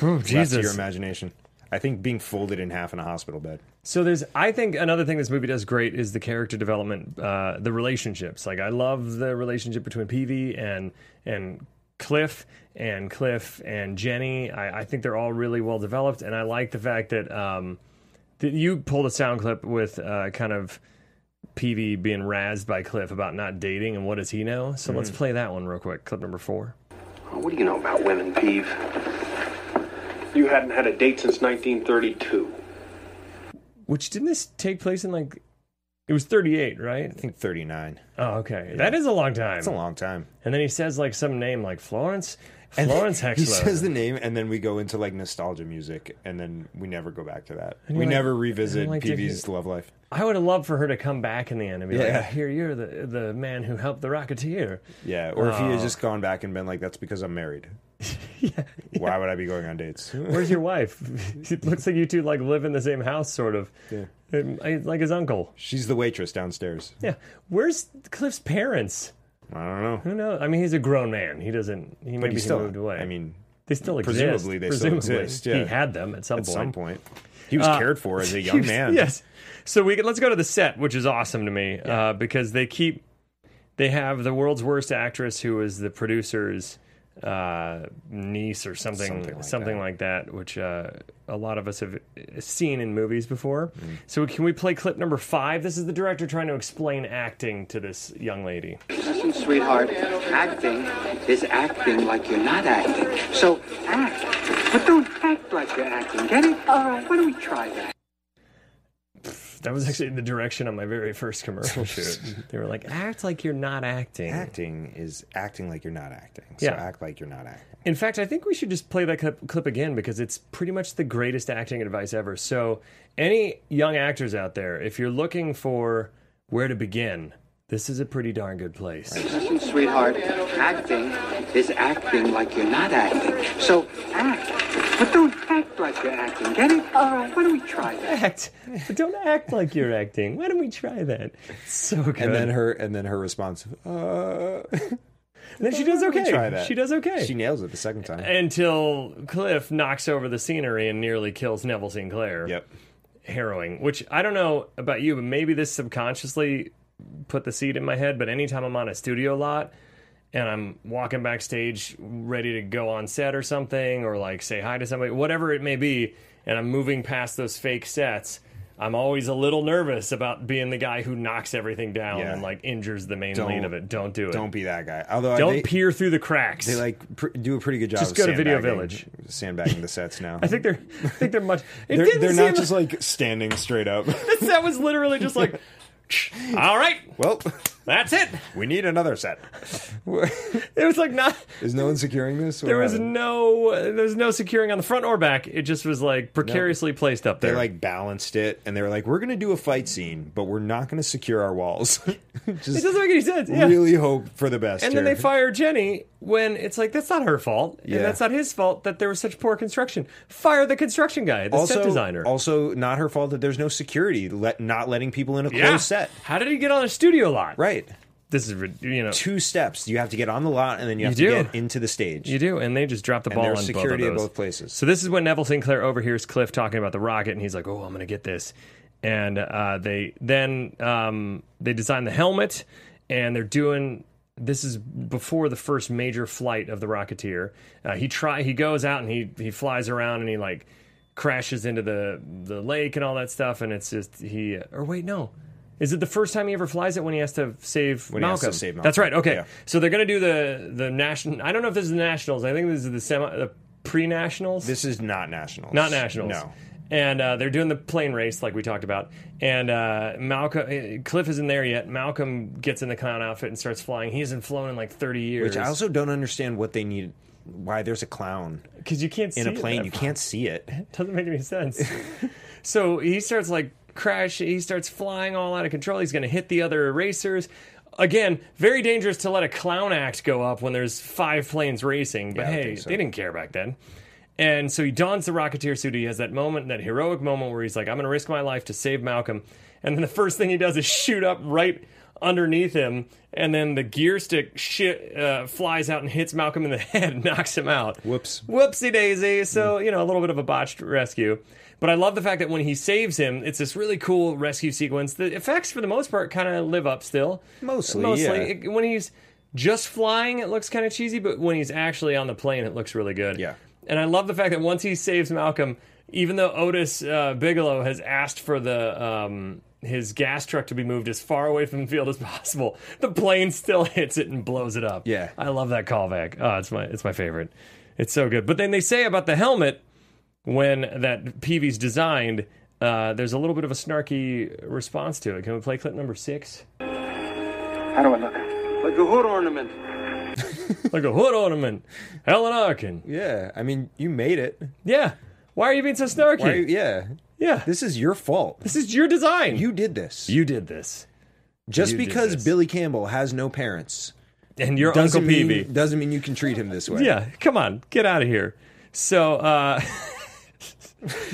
[SPEAKER 1] Oh,
[SPEAKER 3] Jesus. to your
[SPEAKER 1] Jesus.
[SPEAKER 3] imagination. I think being folded in half in a hospital bed.
[SPEAKER 1] So there's, I think another thing this movie does great is the character development, uh, the relationships. Like I love the relationship between Peavy and and Cliff and Cliff and Jenny. I, I think they're all really well developed, and I like the fact that um, that you pulled a sound clip with uh, kind of Peavy being razzed by Cliff about not dating and what does he know. So
[SPEAKER 3] Mm-hmm.
[SPEAKER 1] let's play that one real quick, clip number four.
[SPEAKER 6] What do you know about women, Peeve?
[SPEAKER 7] You hadn't had a date since 1932.
[SPEAKER 1] Which didn't this take place in like? It was 38, right?
[SPEAKER 3] I think 39.
[SPEAKER 1] Oh, okay. That is a long time.
[SPEAKER 3] That's a long time.
[SPEAKER 1] And then he says like some name like Florence Florence Hexler.
[SPEAKER 3] He says the name and then we go into like nostalgia music and then we never go back to that.
[SPEAKER 1] you're
[SPEAKER 3] We
[SPEAKER 1] like-
[SPEAKER 3] never
[SPEAKER 1] and
[SPEAKER 3] revisit
[SPEAKER 1] you're like, did
[SPEAKER 3] PB's love life.
[SPEAKER 1] I would have loved for her to come back in the end and be
[SPEAKER 3] Yeah.
[SPEAKER 1] like, "Here, you're the the man who helped the Rocketeer."
[SPEAKER 3] Yeah. Or if he
[SPEAKER 1] Oh.
[SPEAKER 3] had just gone back and been like, that's because I'm married. Why would I be going on dates?
[SPEAKER 1] Where's your wife? it looks like you two like live in the same house, sort of.
[SPEAKER 3] Yeah.
[SPEAKER 1] Um, I- Like his uncle.
[SPEAKER 3] She's the waitress downstairs.
[SPEAKER 1] Yeah. Where's Cliff's parents?
[SPEAKER 3] I don't know.
[SPEAKER 1] Who knows? I mean, he's a grown man. He doesn't. He maybe
[SPEAKER 3] But
[SPEAKER 1] he
[SPEAKER 3] he still
[SPEAKER 1] moved away.
[SPEAKER 3] I mean,
[SPEAKER 1] they still exist.
[SPEAKER 3] presumably they still
[SPEAKER 1] Presumably.
[SPEAKER 3] exist, yeah.
[SPEAKER 1] He had them at some
[SPEAKER 3] at
[SPEAKER 1] point.
[SPEAKER 3] some point, he was
[SPEAKER 1] Uh,
[SPEAKER 3] cared for as a
[SPEAKER 1] he
[SPEAKER 3] young
[SPEAKER 1] was-
[SPEAKER 3] man.
[SPEAKER 1] Yes. So we can, let's go to the set, which is awesome to me uh, because they keep they have the world's worst actress who is the producer's uh, niece or something, something,
[SPEAKER 3] Something
[SPEAKER 1] like,
[SPEAKER 3] like
[SPEAKER 1] that. which uh, a lot of us have uh, seen in movies before.
[SPEAKER 3] Mm.
[SPEAKER 1] So can we play clip number five? This is the director trying to explain acting to this young lady.
[SPEAKER 8] Listen, sweetheart, acting is acting like you're not acting. So act, but don't act like you're acting. Get it? All right. Why don't we try that?
[SPEAKER 1] That was actually the direction on my very first
[SPEAKER 3] Oh,
[SPEAKER 1] commercial shoot. they were like, "Act like you're not acting."
[SPEAKER 3] Acting is acting like you're not acting. So
[SPEAKER 1] Yeah.
[SPEAKER 3] act like you're not acting.
[SPEAKER 1] In fact, I think we should just play that clip, clip again because it's pretty much the greatest acting advice ever. So, any young actors out there, if you're looking for where to begin, this is a pretty darn good place.
[SPEAKER 8] Listen, sweetheart, acting is acting like you're not acting. So act, but don't act like you're acting. Get it? All right. Why don't we try that?
[SPEAKER 1] Act, but don't act like you're acting. Why don't we try that? So good.
[SPEAKER 3] And then her and then her response, uh
[SPEAKER 1] Then she does
[SPEAKER 3] "Why don't we
[SPEAKER 1] okay.
[SPEAKER 3] Try that.
[SPEAKER 1] She does okay.
[SPEAKER 3] She nails it the second time.
[SPEAKER 1] until Cliff knocks over the scenery and nearly kills Neville Sinclair.
[SPEAKER 3] yep.
[SPEAKER 1] harrowing, which I don't know about you, but maybe this subconsciously put the seed in my head. But anytime I'm on a studio lot and I'm walking backstage ready to go on set or something, or like say hi to somebody, whatever it may be, and I'm moving past those fake sets. I'm always a little nervous about being the guy who knocks everything down
[SPEAKER 3] Yeah.
[SPEAKER 1] and like injures the main
[SPEAKER 3] Don't-
[SPEAKER 1] lead of it. Don't do it.
[SPEAKER 3] Don't be that guy. Although
[SPEAKER 1] Don't
[SPEAKER 3] I, they,
[SPEAKER 1] peer through the cracks.
[SPEAKER 3] they like pr- do a pretty good job.
[SPEAKER 1] Just
[SPEAKER 3] of
[SPEAKER 1] go to Video
[SPEAKER 3] sandbagging- Sandbagging the sets now.
[SPEAKER 1] I think they're. I think they're much. It
[SPEAKER 3] they're,
[SPEAKER 1] didn't
[SPEAKER 3] they're not
[SPEAKER 1] seem-
[SPEAKER 3] just like standing straight up.
[SPEAKER 1] that was literally just like. All right,
[SPEAKER 3] well,
[SPEAKER 1] that's it.
[SPEAKER 3] we need another set.
[SPEAKER 1] It was like not.
[SPEAKER 3] Is no one securing this?
[SPEAKER 1] There was no. There was no securing on the front or back. It just was like precariously placed up
[SPEAKER 3] They
[SPEAKER 1] there.
[SPEAKER 3] like balanced it, and they were like, "We're going to do a fight scene, but we're not going to secure our walls.
[SPEAKER 1] it
[SPEAKER 3] Just
[SPEAKER 1] doesn't make any sense. Yeah.
[SPEAKER 3] really hope for the best."
[SPEAKER 1] and then
[SPEAKER 3] here.
[SPEAKER 1] they fire Jenny when it's like that's not her fault
[SPEAKER 3] Yeah.
[SPEAKER 1] and that's not his fault that there was such poor construction. Fire the construction guy, the set designer.
[SPEAKER 3] Also, not her fault that there's no security, let, not letting people in a
[SPEAKER 1] yeah.
[SPEAKER 3] closed set.
[SPEAKER 1] How did he get on a studio lot?
[SPEAKER 3] Right.
[SPEAKER 1] This is rid- you know
[SPEAKER 3] Two steps. You have to get on the lot, and then you have
[SPEAKER 1] You do.
[SPEAKER 3] to get into the stage.
[SPEAKER 1] you do, and they just drop the
[SPEAKER 3] And
[SPEAKER 1] ball
[SPEAKER 3] there's
[SPEAKER 1] on
[SPEAKER 3] security
[SPEAKER 1] both
[SPEAKER 3] at
[SPEAKER 1] of those.
[SPEAKER 3] both places.
[SPEAKER 1] So this is when Neville Sinclair overhears Cliff talking about the rocket, and he's like, "Oh, I'm gonna get this." And uh, they then um, they design the helmet, and they're doing. This is before the first major flight of the Rocketeer. Uh, he try he goes out and he he flies around and he like crashes into the the lake and all that stuff, and it's just he or wait no. Is it the first time he ever flies it when he has to save,
[SPEAKER 3] When he has
[SPEAKER 1] Malcolm?
[SPEAKER 3] to save
[SPEAKER 1] That's right.
[SPEAKER 3] Malcolm,
[SPEAKER 1] Okay,
[SPEAKER 3] yeah.
[SPEAKER 1] so they're gonna do the the national. I don't know if this is the nationals. I think this is the semi the pre nationals.
[SPEAKER 3] This is not nationals.
[SPEAKER 1] Not nationals.
[SPEAKER 3] No.
[SPEAKER 1] And uh, they're doing the plane race like we talked about. And uh, Malcolm uh, Cliff isn't there yet. Malcolm gets in the clown outfit and starts flying. He hasn't flown in like thirty years.
[SPEAKER 3] Which I also don't understand what they need. Why there's a clown
[SPEAKER 1] because you can't
[SPEAKER 3] in
[SPEAKER 1] see
[SPEAKER 3] a
[SPEAKER 1] it
[SPEAKER 3] plane?
[SPEAKER 1] that
[SPEAKER 3] You
[SPEAKER 1] far.
[SPEAKER 3] can't see it.
[SPEAKER 1] Doesn't make any sense. so he starts like crash. He starts flying all out of control. He's going to hit the other racers. Again, very dangerous to let a clown act go up when there's five planes racing. But
[SPEAKER 3] Yeah, I
[SPEAKER 1] hey,
[SPEAKER 3] think so.
[SPEAKER 1] they didn't care back then. And so he dons the Rocketeer suit. He has that moment, that heroic moment where he's like, I'm going to risk my life to save Malcolm. And then the first thing he does is shoot up right underneath him. And then the gear stick shit, uh, flies out and hits Malcolm in the head and knocks him out.
[SPEAKER 3] Whoops.
[SPEAKER 1] Whoopsie daisy. So, you know, a little bit of a botched rescue. But I love the fact that when he saves him, it's this really cool rescue sequence. The effects, for the most part, kind of live up still.
[SPEAKER 3] Mostly,
[SPEAKER 1] Mostly.
[SPEAKER 3] yeah.
[SPEAKER 1] It- when he's just flying, it looks kind of cheesy, but when he's actually on the plane, it looks really good.
[SPEAKER 3] Yeah.
[SPEAKER 1] And I love the fact that once he saves Malcolm, even though Otis uh, Bigelow has asked for the um, his gas truck to be moved as far away from the field as possible, the plane still hits it and blows it up.
[SPEAKER 3] Yeah.
[SPEAKER 1] I love that callback. Oh, it's my it's my favorite. It's so good. But then they say about the helmet when that Peavy's designed. Uh, there's a little bit of a snarky response to it. Can we play clip number six?
[SPEAKER 8] How do I look?
[SPEAKER 6] Like a hood ornament.
[SPEAKER 1] Like a hood ornament, Helen Arkin.
[SPEAKER 3] Yeah, I mean, you made it.
[SPEAKER 1] Yeah. Why are you being so snarky?
[SPEAKER 3] Why? Yeah,
[SPEAKER 1] yeah. This,
[SPEAKER 3] this is your fault.
[SPEAKER 1] is your design.
[SPEAKER 3] You did this.
[SPEAKER 1] you did this.
[SPEAKER 3] just
[SPEAKER 1] you did
[SPEAKER 3] because
[SPEAKER 1] this.
[SPEAKER 3] Billy Campbell has no parents
[SPEAKER 1] And your
[SPEAKER 3] doesn't
[SPEAKER 1] Uncle
[SPEAKER 3] mean
[SPEAKER 1] Peavy.
[SPEAKER 3] doesn't mean you can treat him this way.
[SPEAKER 1] Yeah, come on, get out of here. So uh,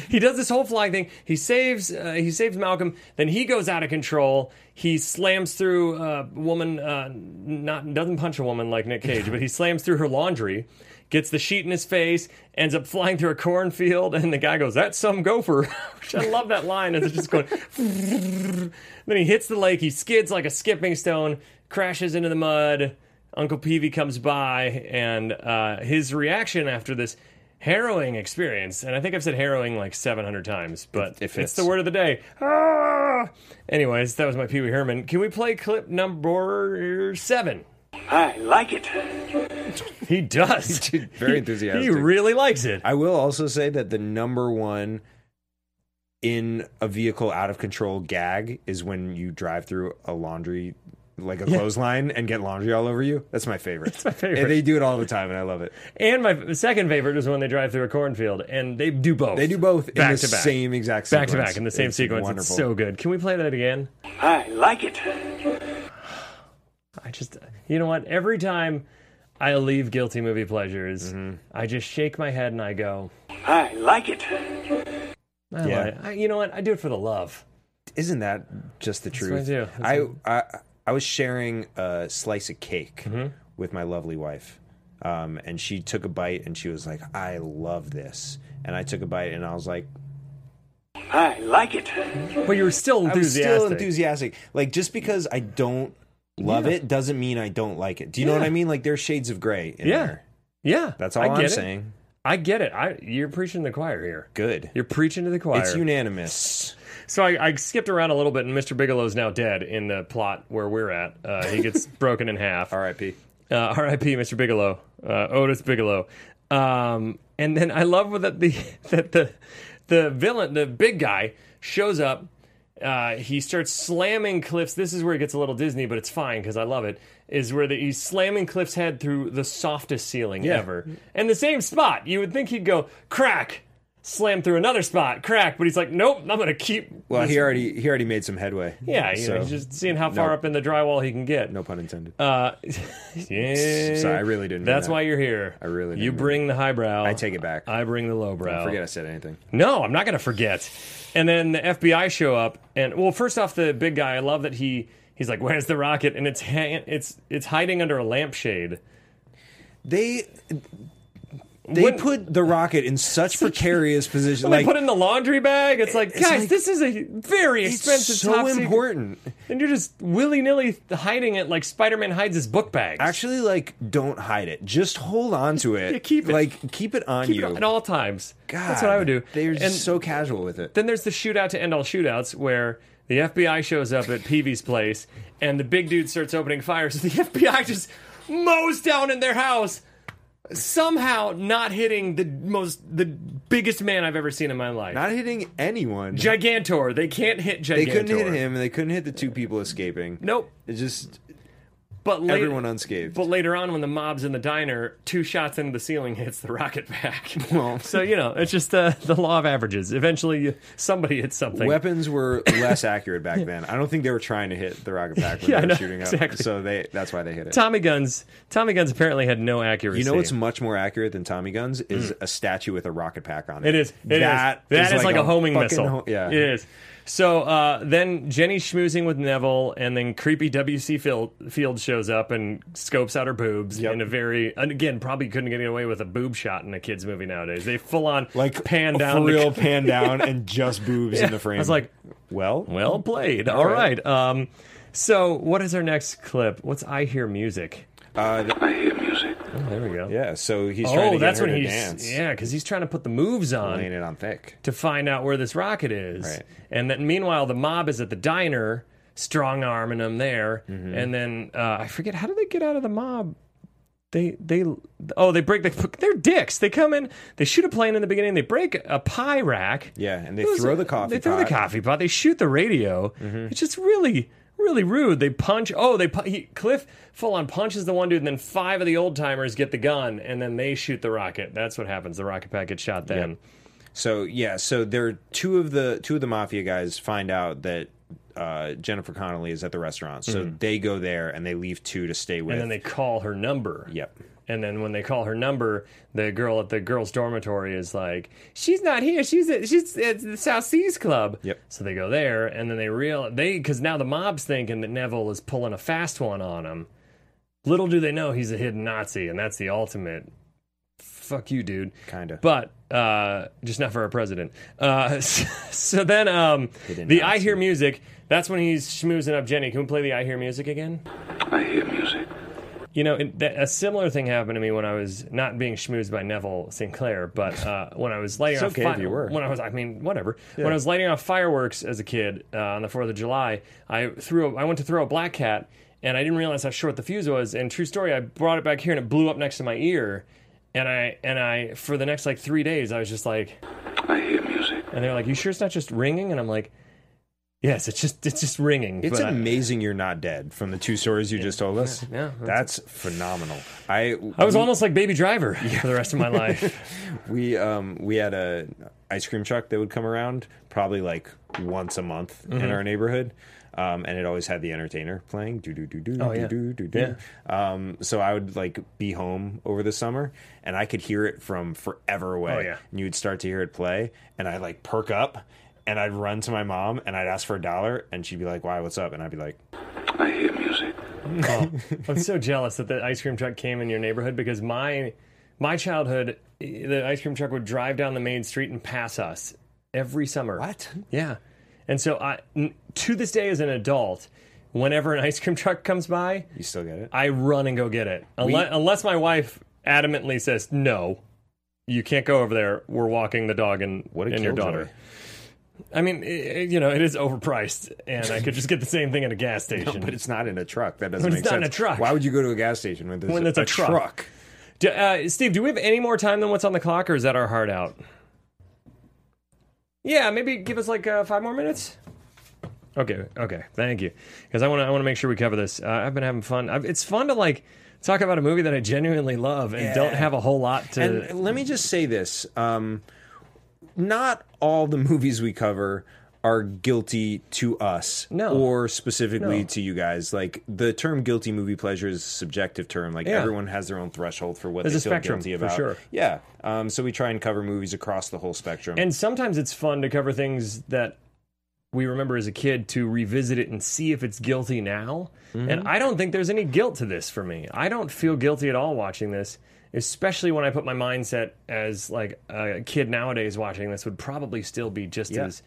[SPEAKER 1] he does this whole flying thing. He saves uh, he saves Malcolm. Then he goes out of control. He slams through a woman. Uh, not doesn't punch a woman like Nick Cage, but he slams through her laundry. Gets the sheet in his face, ends up flying through a cornfield, and the guy goes, "That's some gopher." Which I love that line as it's just going. then he hits the lake. He skids like a skipping stone, crashes into the mud, Uncle Peavy comes by, and uh, his reaction after this harrowing experience, and I think I've said harrowing like 700 times, but
[SPEAKER 3] It- it fits.
[SPEAKER 1] it's the word of the day. Ah! Anyways, that was my Pee Wee Herman. Can we play clip number seven?
[SPEAKER 7] I like it.
[SPEAKER 1] He does.
[SPEAKER 3] Very
[SPEAKER 1] He
[SPEAKER 3] enthusiastic.
[SPEAKER 1] really likes it.
[SPEAKER 3] I will also say that the number one in a vehicle out of control gag is when you drive through a laundry, like a clothesline, and get laundry all over you. That's my favorite. That's
[SPEAKER 1] my favorite.
[SPEAKER 3] And they do it all the time, and I love it.
[SPEAKER 1] And my second favorite is when they drive through a cornfield, and they do both.
[SPEAKER 3] They do both in
[SPEAKER 1] Back
[SPEAKER 3] the
[SPEAKER 1] to back.
[SPEAKER 3] same exact
[SPEAKER 1] back
[SPEAKER 3] sequence.
[SPEAKER 1] to back in the same
[SPEAKER 3] It's
[SPEAKER 1] sequence.
[SPEAKER 3] Wonderful.
[SPEAKER 1] It's so good. Can we play that again?
[SPEAKER 7] I like it.
[SPEAKER 1] I just, you know what? Every time I leave guilty movie pleasures,
[SPEAKER 3] Mm-hmm.
[SPEAKER 1] I just shake my head and I go,
[SPEAKER 7] I like it.
[SPEAKER 1] I
[SPEAKER 3] Yeah.
[SPEAKER 1] like- I, you know what? I do it for the love.
[SPEAKER 3] Isn't that just the
[SPEAKER 1] what I
[SPEAKER 3] truth?
[SPEAKER 1] do. Mm-hmm. That's
[SPEAKER 3] I, I I was sharing a slice of cake with my lovely wife, um, and she took a bite and she was like, "I love this," and I took a bite and I was like,
[SPEAKER 7] I like it.
[SPEAKER 1] But you're still
[SPEAKER 3] "I was
[SPEAKER 1] enthusiastic.
[SPEAKER 3] still enthusiastic." Like just because I don't love it doesn't mean I don't like it. Do you know what I
[SPEAKER 1] Yeah.
[SPEAKER 3] mean? Like there's shades of gray. In
[SPEAKER 1] Yeah.
[SPEAKER 3] there.
[SPEAKER 1] Yeah,
[SPEAKER 3] that's all
[SPEAKER 1] I
[SPEAKER 3] I'm
[SPEAKER 1] get it.
[SPEAKER 3] saying.
[SPEAKER 1] I get it. I you're preaching to the choir here.
[SPEAKER 3] Good.
[SPEAKER 1] You're preaching to the choir.
[SPEAKER 3] It's unanimous.
[SPEAKER 1] So I, I skipped around a little bit, and Mr. Bigelow's now dead in the plot where we're at. Uh, he gets broken in half.
[SPEAKER 3] R.I.P.
[SPEAKER 1] uh, R.I.P. Mr. Bigelow, uh, Otis Bigelow. Um, and then I love that the that the the villain, the big guy, shows up. Uh, he starts slamming Cliff's. This is where it gets a little Disney, but it's fine because I love it. Is where the, he's slamming Cliff's head through the softest ceiling ever, and the same spot. You would think he'd go crack, slam through another spot, crack, but he's like, nope, I'm gonna keep.
[SPEAKER 3] Well, he already he already made some headway.
[SPEAKER 1] yeah, you know,
[SPEAKER 3] so,
[SPEAKER 1] he's just seeing how far
[SPEAKER 3] no.
[SPEAKER 1] up in the drywall he can get.
[SPEAKER 3] no pun intended.
[SPEAKER 1] Uh, yeah.
[SPEAKER 3] So I really didn't mean
[SPEAKER 1] That's
[SPEAKER 3] that.
[SPEAKER 1] why you're here. I
[SPEAKER 3] really didn't
[SPEAKER 1] You
[SPEAKER 3] mean
[SPEAKER 1] bring the highbrow.
[SPEAKER 3] I take it back.
[SPEAKER 1] I bring the lowbrow.
[SPEAKER 3] Forget I said anything.
[SPEAKER 1] No, I'm not going to forget. And then the FBI show up, and well, first off, the big guy. I love that he he's like, "Where's the rocket?" And it's hang, it's it's hiding under a lampshade.
[SPEAKER 3] They they
[SPEAKER 1] When-
[SPEAKER 3] put the rocket in such precarious position.
[SPEAKER 1] When
[SPEAKER 3] Like
[SPEAKER 1] they put it in the laundry bag. It's like,
[SPEAKER 3] It's
[SPEAKER 1] guys,
[SPEAKER 3] like-
[SPEAKER 1] this is a very
[SPEAKER 3] it's
[SPEAKER 1] expensive, top
[SPEAKER 3] so
[SPEAKER 1] secret-
[SPEAKER 3] important.
[SPEAKER 1] and you're just willy nilly hiding it like Spider-Man hides his book bags.
[SPEAKER 3] Actually, like don't hide it. Just hold on to it.
[SPEAKER 1] Yeah, keep it.
[SPEAKER 3] Like keep it on
[SPEAKER 1] Keep
[SPEAKER 3] you.
[SPEAKER 1] it at all times.
[SPEAKER 3] God,
[SPEAKER 1] That's what I would do.
[SPEAKER 3] They're
[SPEAKER 1] And-
[SPEAKER 3] just so casual with it.
[SPEAKER 1] Then there's the shootout to end all shootouts where the FBI shows up at Peavy's place and the big dude starts opening fire. So the FBI just mows down in their house, somehow not hitting the most, the biggest man I've ever seen in my life.
[SPEAKER 3] Not hitting anyone.
[SPEAKER 1] Gigantor. They can't hit Gigantor.
[SPEAKER 3] they couldn't hit him, and they couldn't hit the two people escaping.
[SPEAKER 1] Nope.
[SPEAKER 3] It just
[SPEAKER 1] But later,
[SPEAKER 3] everyone unscathed.
[SPEAKER 1] But later on, when the mob's in the diner, two shots into the ceiling hits the rocket back.
[SPEAKER 3] Well.
[SPEAKER 1] so you know, it's just uh, the law of averages. Eventually, you- somebody hits something.
[SPEAKER 3] Weapons were less accurate back then. I don't think they were trying to hit the rocket back when
[SPEAKER 1] Yeah, I
[SPEAKER 3] they were
[SPEAKER 1] know,
[SPEAKER 3] shooting up.
[SPEAKER 1] exactly.
[SPEAKER 3] So they that's why they hit it.
[SPEAKER 1] Tommy guns. Tommy guns apparently had no accuracy.
[SPEAKER 3] You know what's much more accurate than Tommy guns is a statue with a rocket pack on it.
[SPEAKER 1] Mm. It is. It is.
[SPEAKER 3] That
[SPEAKER 1] That is, like, a, homing
[SPEAKER 3] fucking
[SPEAKER 1] missile.
[SPEAKER 3] ho- yeah.
[SPEAKER 1] It is. So uh, then Jenny schmoozing with Neville, and then creepy WC Field, Field shows up and scopes out her boobs
[SPEAKER 3] Yep.
[SPEAKER 1] in a very, and again, probably couldn't get away with a boob shot in a kid's movie nowadays. They full on
[SPEAKER 3] Like
[SPEAKER 1] pan
[SPEAKER 3] a
[SPEAKER 1] down.
[SPEAKER 3] for
[SPEAKER 1] the-
[SPEAKER 3] real pan down, and just boobs in the frame.
[SPEAKER 1] I was like,
[SPEAKER 3] well,
[SPEAKER 1] well played. All right. Um, so what is our next clip? What's I Hear Music?
[SPEAKER 4] I hear music.
[SPEAKER 1] Oh, there we go.
[SPEAKER 3] yeah. So he's trying to
[SPEAKER 1] Oh,
[SPEAKER 3] get
[SPEAKER 1] that's
[SPEAKER 3] her
[SPEAKER 1] when
[SPEAKER 3] to
[SPEAKER 1] he's
[SPEAKER 3] dance.
[SPEAKER 1] yeah, because he's trying to put the moves on.
[SPEAKER 3] laying it on thick.
[SPEAKER 1] to find out where this rocket is.
[SPEAKER 3] Right.
[SPEAKER 1] And then meanwhile, the mob is at the diner, strong arming them there.
[SPEAKER 3] Mm-hmm.
[SPEAKER 1] And then uh, I forget how do they get out of the mob? They they oh they break the they're dicks. They come in, they shoot a plane in the beginning, they break a pie rack.
[SPEAKER 3] Yeah, and they
[SPEAKER 1] Those-
[SPEAKER 3] throw the coffee.
[SPEAKER 1] They throw the
[SPEAKER 3] pot. Mm-hmm.
[SPEAKER 1] coffee pot. They shoot the radio. It's just really, really rude. They punch. Oh, they pu- he, Cliff full on punches the one dude, and then five of the old timers get the gun, and then they shoot the rocket. That's what happens. The rocket pack gets shot. Then
[SPEAKER 3] So yeah, so there are two of the two of the mafia guys find out that uh, Jennifer Connelly is at the restaurant. So they go there and they leave two to stay
[SPEAKER 1] Mm-hmm.
[SPEAKER 3] with.
[SPEAKER 1] and then they call her number.
[SPEAKER 3] Yep.
[SPEAKER 1] And then when they call her number, the girl at the girls' dormitory is like, "She's not here. She's at, she's at the South Seas Club."
[SPEAKER 3] Yep.
[SPEAKER 1] So they go there, and then they real they because now the mob's thinking that Neville is pulling a fast one on him. Little do they know he's a hidden Nazi, and that's the ultimate. Fuck you, dude.
[SPEAKER 3] Kinda.
[SPEAKER 1] But uh, just not for our president. Uh, so, then um, the
[SPEAKER 3] Hidden
[SPEAKER 1] I
[SPEAKER 3] Nazi.
[SPEAKER 1] hear music. That's when he's schmoozing up Jenny. Can we play the I hear music again?
[SPEAKER 4] I hear music.
[SPEAKER 1] You know, it, that, a similar thing happened to me when I was not being schmoozed by Neville Sinclair, but uh, when I was lighting
[SPEAKER 3] It's
[SPEAKER 1] off
[SPEAKER 3] okay
[SPEAKER 1] fi-
[SPEAKER 3] if you were.
[SPEAKER 1] when I was I mean whatever when I was lighting off fireworks as a kid uh, on the Fourth of July, I threw a, I went to throw a black cat and I didn't realize how short the fuse was. And true story, I brought it back here and it blew up next to my ear. And I and I for the next like three days, I was just like,
[SPEAKER 4] I hear music.
[SPEAKER 1] and they're like, "You sure it's not just ringing?" And I'm like, "Yes, it's just it's just ringing."
[SPEAKER 3] It's
[SPEAKER 1] but I-
[SPEAKER 3] amazing you're not dead from the two stories you just told us.
[SPEAKER 1] yeah,
[SPEAKER 3] that's, phenomenal. I
[SPEAKER 1] I was
[SPEAKER 3] we,
[SPEAKER 1] almost like Baby Driver for the rest of my life.
[SPEAKER 3] we um we had a ice cream truck that would come around probably like once a month in our neighborhood. Um, and it always had the entertainer playing do do do do
[SPEAKER 1] Oh,
[SPEAKER 3] do
[SPEAKER 1] yeah.
[SPEAKER 3] do do do. Um, so I would like be home over the summer, and I could hear it from forever away.
[SPEAKER 1] Oh, yeah.
[SPEAKER 3] And you'd start to hear it play, and I'd like perk up, and I'd run to my mom, and I'd ask for a dollar, and she'd be like, "Why? What's up?" And I'd be like,
[SPEAKER 4] I hear music.
[SPEAKER 1] Oh, I'm so jealous that the ice cream truck came in your neighborhood because my my childhood, the ice cream truck would drive down the main street and pass us every summer.
[SPEAKER 3] "What?"
[SPEAKER 1] Yeah. And so I, n- to this day, as an adult, whenever an ice cream truck comes by,
[SPEAKER 3] You still get it?
[SPEAKER 1] I run and go get it. Unless, unless my wife adamantly says, no, you can't go over there. We're walking the dog and,
[SPEAKER 3] What a
[SPEAKER 1] and your
[SPEAKER 3] killjoy.
[SPEAKER 1] daughter. I mean, i i- you know, it is overpriced, and I could just get the same thing at a gas station.
[SPEAKER 3] But it's not in a truck. That doesn't
[SPEAKER 1] But
[SPEAKER 3] make
[SPEAKER 1] it's not in
[SPEAKER 3] sense.
[SPEAKER 1] a truck.
[SPEAKER 3] Why would you go to a gas station when there's,
[SPEAKER 1] When
[SPEAKER 3] a,
[SPEAKER 1] there's a truck.
[SPEAKER 3] truck?
[SPEAKER 1] Do, uh, Steve, do we have any more time than what's on the clock, or is that our heart out? Yeah, maybe give us like uh, five more minutes. Okay, okay, thank you, because I want to I want to make sure we cover this. Uh, I've been having fun. I've, it's fun to like talk about a movie that I genuinely love and don't have a whole lot to.
[SPEAKER 3] And let me just say this: um, not all the movies we cover are guilty to us,
[SPEAKER 1] No.
[SPEAKER 3] or specifically
[SPEAKER 1] No.
[SPEAKER 3] to you guys. Like the term "guilty movie pleasure" is a subjective term. Like
[SPEAKER 1] Yeah.
[SPEAKER 3] everyone has their own threshold for what
[SPEAKER 1] There's
[SPEAKER 3] they
[SPEAKER 1] a
[SPEAKER 3] feel
[SPEAKER 1] spectrum,
[SPEAKER 3] guilty
[SPEAKER 1] for
[SPEAKER 3] about.
[SPEAKER 1] sure.
[SPEAKER 3] Yeah. Um, so we try and cover movies across the whole spectrum.
[SPEAKER 1] And sometimes it's fun to cover things that we remember as a kid to revisit it and see if it's guilty now.
[SPEAKER 3] Mm-hmm.
[SPEAKER 1] And I don't think there's any guilt to this for me. I don't feel guilty at all watching this, especially when I put my mindset as like a kid nowadays watching this would probably still be just
[SPEAKER 3] Yeah.
[SPEAKER 1] as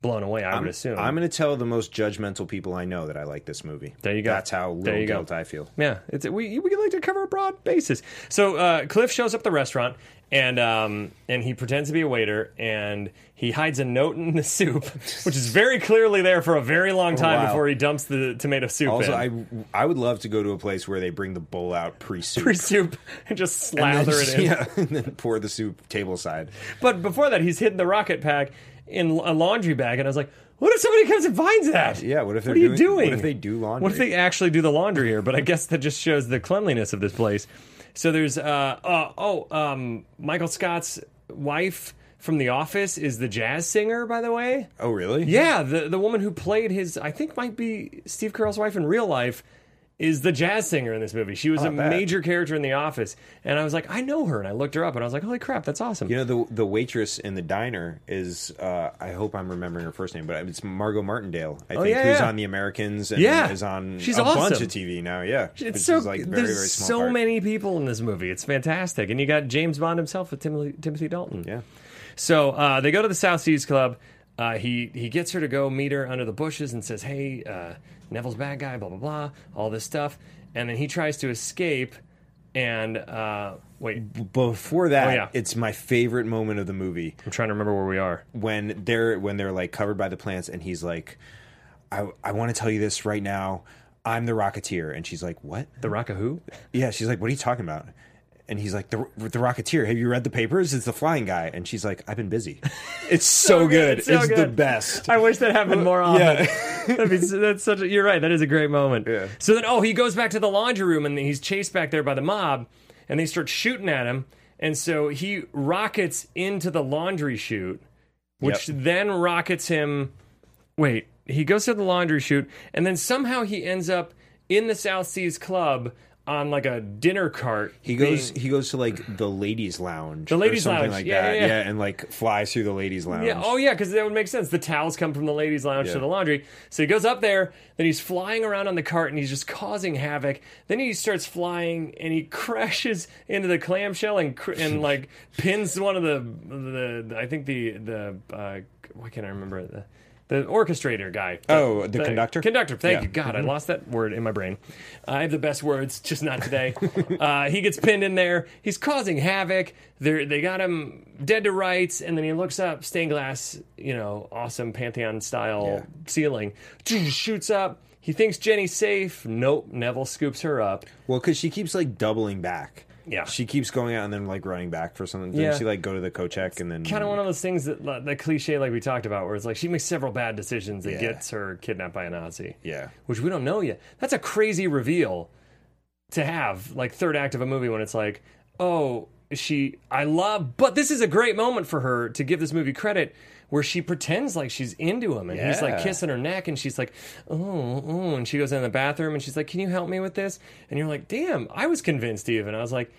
[SPEAKER 1] blown away, I would assume.
[SPEAKER 3] I'm going to tell the most judgmental people I know that I like this movie.
[SPEAKER 1] There you go.
[SPEAKER 3] That's how
[SPEAKER 1] There
[SPEAKER 3] little
[SPEAKER 1] you go.
[SPEAKER 3] guilt I feel.
[SPEAKER 1] Yeah, it's we we like to cover a broad basis. So uh, Cliff shows up at the restaurant and um, and he pretends to be a waiter and he hides a note in the soup, which is very clearly there for a very long time
[SPEAKER 3] while.
[SPEAKER 1] before he dumps the tomato soup
[SPEAKER 3] Also,
[SPEAKER 1] in.
[SPEAKER 3] I I would love to go to a place where they bring the bowl out pre-soup,
[SPEAKER 1] Free soup and just
[SPEAKER 3] and
[SPEAKER 1] slather
[SPEAKER 3] then,
[SPEAKER 1] it in.
[SPEAKER 3] yeah, and then pour the soup table side.
[SPEAKER 1] But before that, he's hidden the rocket pack in a laundry bag, and I was like, "What if somebody comes and finds that?
[SPEAKER 3] Yeah, what if
[SPEAKER 1] what
[SPEAKER 3] they're
[SPEAKER 1] are you
[SPEAKER 3] doing-
[SPEAKER 1] doing?
[SPEAKER 3] what if they do laundry?
[SPEAKER 1] What if they actually do the laundry here? But I guess that just shows the cleanliness of this place. So there's uh, uh oh um Michael Scott's wife from The Office is the jazz singer, by the way.
[SPEAKER 3] Oh, really?
[SPEAKER 1] Yeah, the the woman who played his, I think, might be Steve Carell's wife in real life, is the jazz singer in this movie. She was a
[SPEAKER 3] Oh, bet.
[SPEAKER 1] major character in The Office, and I was like, I know her, and I looked her up, and I was like, holy crap, that's awesome.
[SPEAKER 3] You know the the waitress in the diner is uh, I hope I'm remembering her first name, but it's Margot Martindale. I think
[SPEAKER 1] Oh, yeah,
[SPEAKER 3] who's
[SPEAKER 1] yeah.
[SPEAKER 3] on The Americans and
[SPEAKER 1] Yeah.
[SPEAKER 3] is on
[SPEAKER 1] She's
[SPEAKER 3] a bunch
[SPEAKER 1] awesome.
[SPEAKER 3] of TV now. Yeah, But
[SPEAKER 1] It's
[SPEAKER 3] she's,
[SPEAKER 1] so
[SPEAKER 3] like very
[SPEAKER 1] there's
[SPEAKER 3] very small
[SPEAKER 1] so
[SPEAKER 3] part.
[SPEAKER 1] many people in this movie. It's fantastic, and you got James Bond himself with Timothy, Timothy Dalton.
[SPEAKER 3] Yeah,
[SPEAKER 1] So uh, they go to the South Seas Club. Uh, he he gets her to go meet her under the bushes and says, "Hey, uh, Neville's bad guy, blah blah blah, all this stuff." And then he tries to escape. And uh, wait,
[SPEAKER 3] before that,
[SPEAKER 1] Oh, yeah.
[SPEAKER 3] it's my favorite moment of the movie.
[SPEAKER 1] I'm trying to remember where we are.
[SPEAKER 3] when they're when they're like covered by the plants and he's like i i want to tell you this right now i'm the rocketeer and she's like what
[SPEAKER 1] The Rock of Who?
[SPEAKER 3] yeah she's like what are you talking about and he's like the, the rocketeer have you read the papers it's the flying guy and she's like i've been busy it's so, good it's,
[SPEAKER 1] so
[SPEAKER 3] the
[SPEAKER 1] good.
[SPEAKER 3] best
[SPEAKER 1] I wish that happened more often.
[SPEAKER 3] yeah.
[SPEAKER 1] That'd be, that's such. A, you're right. That is a great moment. So then, oh, he goes back to the laundry room and he's chased back there by the mob, and they start shooting at him, and so he rockets into the laundry chute, which then rockets him. Wait, he goes to the laundry chute, and then somehow he ends up in the South Seas Club on like a dinner cart.
[SPEAKER 3] he goes he goes to like the ladies lounge
[SPEAKER 1] The
[SPEAKER 3] or
[SPEAKER 1] ladies
[SPEAKER 3] something
[SPEAKER 1] lounge.
[SPEAKER 3] like
[SPEAKER 1] Yeah,
[SPEAKER 3] that
[SPEAKER 1] yeah, yeah.
[SPEAKER 3] and like flies through the ladies lounge
[SPEAKER 1] Yeah. Oh, yeah. Because that would make sense. The towels come from the ladies' lounge
[SPEAKER 3] Yeah.
[SPEAKER 1] to the laundry. So he goes up there. Then he's flying around on the cart and he's just causing havoc. Then he starts flying and he crashes into the clamshell and cr- and like pins one of the the I think the the uh, why can't I remember it? The, the orchestrator guy.
[SPEAKER 3] Oh, the conductor?
[SPEAKER 1] Conductor. Thank
[SPEAKER 3] Yeah.
[SPEAKER 1] you, God, I lost that word in my brain. I have the best words, just not today. uh, he gets pinned in there. He's causing havoc. They're, they got him dead to rights, and then he looks up, stained glass, you know, awesome Pantheon style
[SPEAKER 3] Yeah.
[SPEAKER 1] ceiling. Shoots up. He thinks Jenny's safe. Nope. Neville scoops her up.
[SPEAKER 3] Well, because she keeps like doubling back.
[SPEAKER 1] Yeah.
[SPEAKER 3] She keeps going out and then like running back for something. Then
[SPEAKER 1] Yeah.
[SPEAKER 3] she like go to the Kochek and then
[SPEAKER 1] kind of one of those things that like, the cliche like we talked about where it's like she makes several bad decisions that
[SPEAKER 3] Yeah.
[SPEAKER 1] gets her kidnapped by a nazi
[SPEAKER 3] Yeah.
[SPEAKER 1] which we don't know yet that's a crazy reveal to have like third act of a movie when it's like oh she i love but this is a great moment for her to give this movie credit where she pretends like she's into him and he's like
[SPEAKER 3] Yeah.
[SPEAKER 1] kissing her neck and she's like oh, oh and she goes in the bathroom and she's like can you help me with this and you're like damn i was convinced even i was like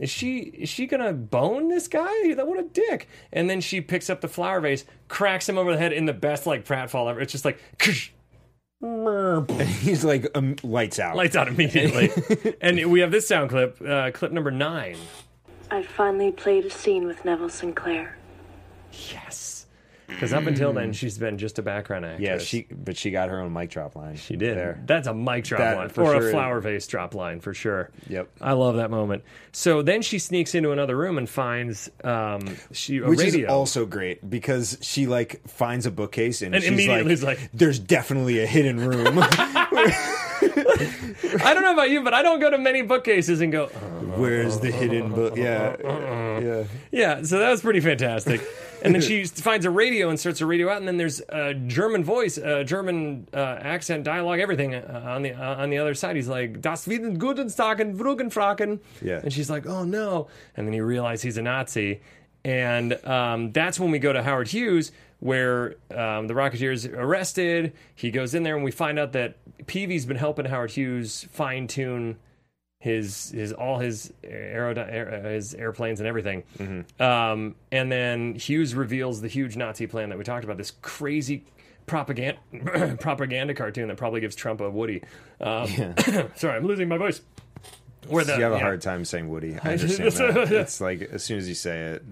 [SPEAKER 1] is she is she gonna bone this guy? That what a dick! And then she picks up the flower vase, cracks him over the head in the best like pratfall ever. It's just like
[SPEAKER 3] And he's like um, lights out.
[SPEAKER 1] lights out immediately. and we have this sound clip, uh, clip number nine.
[SPEAKER 9] I finally played a scene with Neville Sinclair.
[SPEAKER 1] Yes, because up until then she's been just a background actress.
[SPEAKER 3] Mm. Yeah, she but she got her own mic drop line.
[SPEAKER 1] She did. That's a mic drop
[SPEAKER 3] That
[SPEAKER 1] line
[SPEAKER 3] for
[SPEAKER 1] or a
[SPEAKER 3] sure.
[SPEAKER 1] flower vase drop line for sure.
[SPEAKER 3] Yep.
[SPEAKER 1] I love that moment. So then she sneaks into another room and finds um, she a
[SPEAKER 3] Which
[SPEAKER 1] radio.
[SPEAKER 3] is also great because she like finds a bookcase and,
[SPEAKER 1] And
[SPEAKER 3] she's
[SPEAKER 1] immediately is
[SPEAKER 3] like,
[SPEAKER 1] like-
[SPEAKER 3] "There's definitely a hidden room."
[SPEAKER 1] I don't know about you, but I don't go to many bookcases and go. "Oh,
[SPEAKER 3] Where's the hidden book? Yeah, yeah.
[SPEAKER 1] Yeah, so that was pretty fantastic. And then she finds a radio and starts a radio out, and then there's a German voice, a German uh, accent, dialogue, everything uh, on the uh, on the other side. He's like, "Das Wieden guten Tagen, Bruggen fragen."
[SPEAKER 3] Yeah.
[SPEAKER 1] and she's like, "Oh no!" And then you realize he's a Nazi, and um, that's when we go to Howard Hughes, where um, the Rocketeer's arrested. He goes in there, and we find out that Peavy's been helping Howard Hughes fine tune his his all his aero air, his airplanes and everything.
[SPEAKER 3] Mm-hmm.
[SPEAKER 1] Um, and then Hughes reveals the huge Nazi plan that we talked about. This crazy propaganda propaganda cartoon that probably gives Trump a Woody. Um, sorry, I'm losing my voice. Where the
[SPEAKER 3] you have a
[SPEAKER 1] yeah.
[SPEAKER 3] hard time saying Woody. I
[SPEAKER 1] just-
[SPEAKER 3] understand that. It's like as soon as you say it.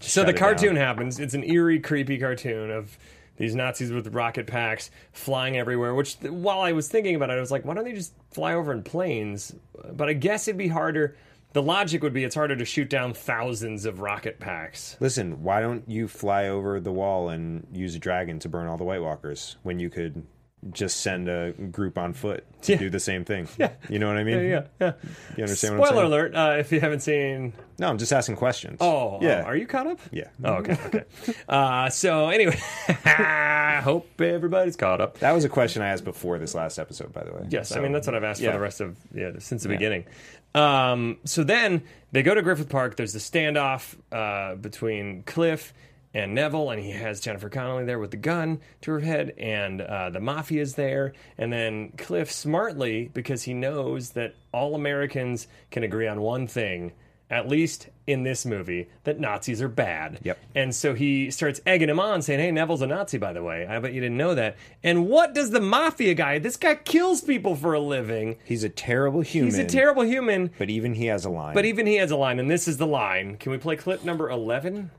[SPEAKER 1] So
[SPEAKER 3] shut
[SPEAKER 1] the
[SPEAKER 3] it
[SPEAKER 1] cartoon
[SPEAKER 3] down.
[SPEAKER 1] happens. It's an eerie, creepy cartoon of these Nazis with rocket packs flying everywhere. Which, th- while I was thinking about it, I was like, why don't they just fly over in planes? But I guess it'd be harder. The logic would be it's harder to shoot down thousands of rocket packs.
[SPEAKER 3] Listen, why don't you fly over the wall and use a dragon to burn all the White Walkers when you could just send a group on foot to
[SPEAKER 1] Yeah.
[SPEAKER 3] do the same thing? Yeah. You know what I mean?
[SPEAKER 1] Yeah, yeah.
[SPEAKER 3] You understand what I'm
[SPEAKER 1] Spoiler alert!
[SPEAKER 3] saying?
[SPEAKER 1] Uh, if you haven't seen,
[SPEAKER 3] No, I'm just asking questions.
[SPEAKER 1] oh,
[SPEAKER 3] yeah.
[SPEAKER 1] oh, are you caught up?
[SPEAKER 3] Yeah.
[SPEAKER 1] Oh, okay, okay. uh, so anyway, I hope everybody's caught up.
[SPEAKER 3] That was a question I asked before this last episode, by the way.
[SPEAKER 1] Yes, I
[SPEAKER 3] So,
[SPEAKER 1] mean that's what I've asked
[SPEAKER 3] yeah.
[SPEAKER 1] for the rest of yeah since the beginning. Um, so then they go to Griffith Park. There's the standoff uh, between Cliff and Neville, and he has Jennifer Connelly there with the gun to her head, and uh, the mafia's there. And then Cliff smartly, because he knows that all Americans can agree on one thing. At least in this movie, that Nazis are bad.
[SPEAKER 3] Yep.
[SPEAKER 1] And so he starts egging him on, saying, Hey, Neville's a Nazi, by the way. I bet you didn't know that. And what does the mafia guy, this guy kills people for a living.
[SPEAKER 3] He's a terrible human.
[SPEAKER 1] He's a terrible human,
[SPEAKER 3] But even he has a line.
[SPEAKER 1] but even he has a line, and this is the line. Can we play clip number 11?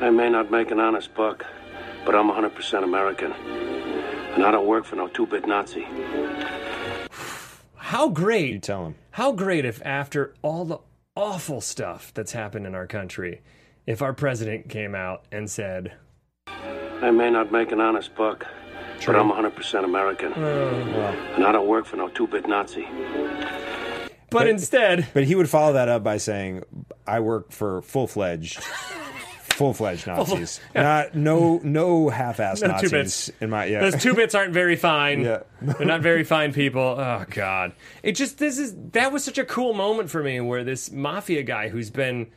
[SPEAKER 5] I may not make an honest buck, but I'm 100% American. And I don't work for no two bit Nazi.
[SPEAKER 1] How great.
[SPEAKER 3] you tell him.
[SPEAKER 1] How great if, after all the awful stuff that's happened in our country, if our president came out and said,
[SPEAKER 5] I may not make an honest buck, but I'm 100% American. And I don't work for no two bit Nazi.
[SPEAKER 1] but instead,
[SPEAKER 3] But he would follow that up by saying, "I work for full fledged, full fledged Nazis, not no no half assed
[SPEAKER 1] No two bits.
[SPEAKER 3] Nazis in my yeah."
[SPEAKER 1] Those two bits aren't very fine.
[SPEAKER 3] Yeah.
[SPEAKER 1] They're not very fine people. Oh god. It just this is that was such a cool moment for me where this mafia guy who's been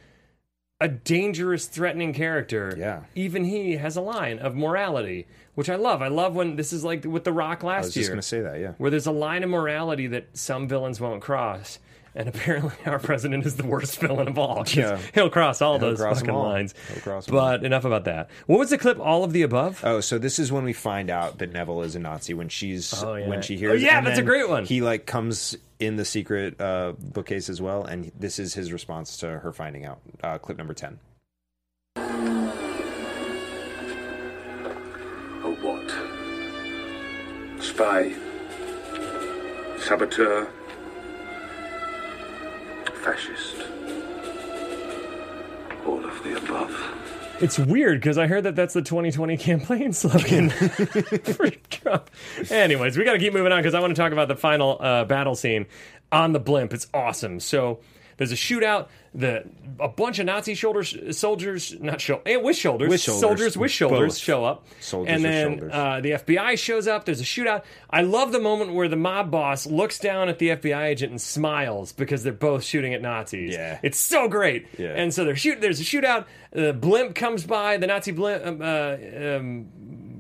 [SPEAKER 1] a dangerous threatening character.
[SPEAKER 3] Yeah.
[SPEAKER 1] Even he has a line of morality, which I love. I love when this is like with The Rock last
[SPEAKER 3] I was
[SPEAKER 1] year
[SPEAKER 3] just gonna say that, yeah.
[SPEAKER 1] where there's a line of morality that some villains won't cross. And apparently, our president is the worst villain of all. 'cause
[SPEAKER 3] Yeah.
[SPEAKER 1] He'll cross all
[SPEAKER 3] He'll
[SPEAKER 1] those
[SPEAKER 3] cross 'em
[SPEAKER 1] fucking
[SPEAKER 3] all.
[SPEAKER 1] lines.
[SPEAKER 3] He'll cross 'em all.
[SPEAKER 1] but enough about that. What was the clip? All of the above?
[SPEAKER 3] Oh, so this is when we find out that Neville is a Nazi when she's
[SPEAKER 1] Oh, yeah.
[SPEAKER 3] when she
[SPEAKER 1] Oh,
[SPEAKER 3] hears.
[SPEAKER 1] yeah,
[SPEAKER 3] and
[SPEAKER 1] that's a
[SPEAKER 3] then
[SPEAKER 1] great one.
[SPEAKER 3] He like comes in the secret uh, bookcase as well, and this is his response to her finding out. Uh, clip number ten.
[SPEAKER 4] spy, saboteur, fascist. All of the above.
[SPEAKER 1] It's weird because I heard that that's the 2020 campaign slogan for Trump. Anyways, we got to keep moving on because I want to talk about the final uh, battle scene on the blimp. It's awesome. So there's a shootout. The a bunch of Nazi shoulders soldiers, not sho- eh, with shoulders,
[SPEAKER 3] With shoulders.
[SPEAKER 1] soldiers with shoulders
[SPEAKER 3] Both.
[SPEAKER 1] show up.
[SPEAKER 3] Soldiers
[SPEAKER 1] and
[SPEAKER 3] with
[SPEAKER 1] then
[SPEAKER 3] shoulders.
[SPEAKER 1] Uh, the FBI shows up. There's a shootout. I love the moment where the mob boss looks down at the FBI agent and smiles because they're both shooting at Nazis.
[SPEAKER 3] Yeah.
[SPEAKER 1] it's so great.
[SPEAKER 3] Yeah.
[SPEAKER 1] And so they're shoot. There's a shootout. The blimp comes by. The Nazi blimp. Um, uh, um,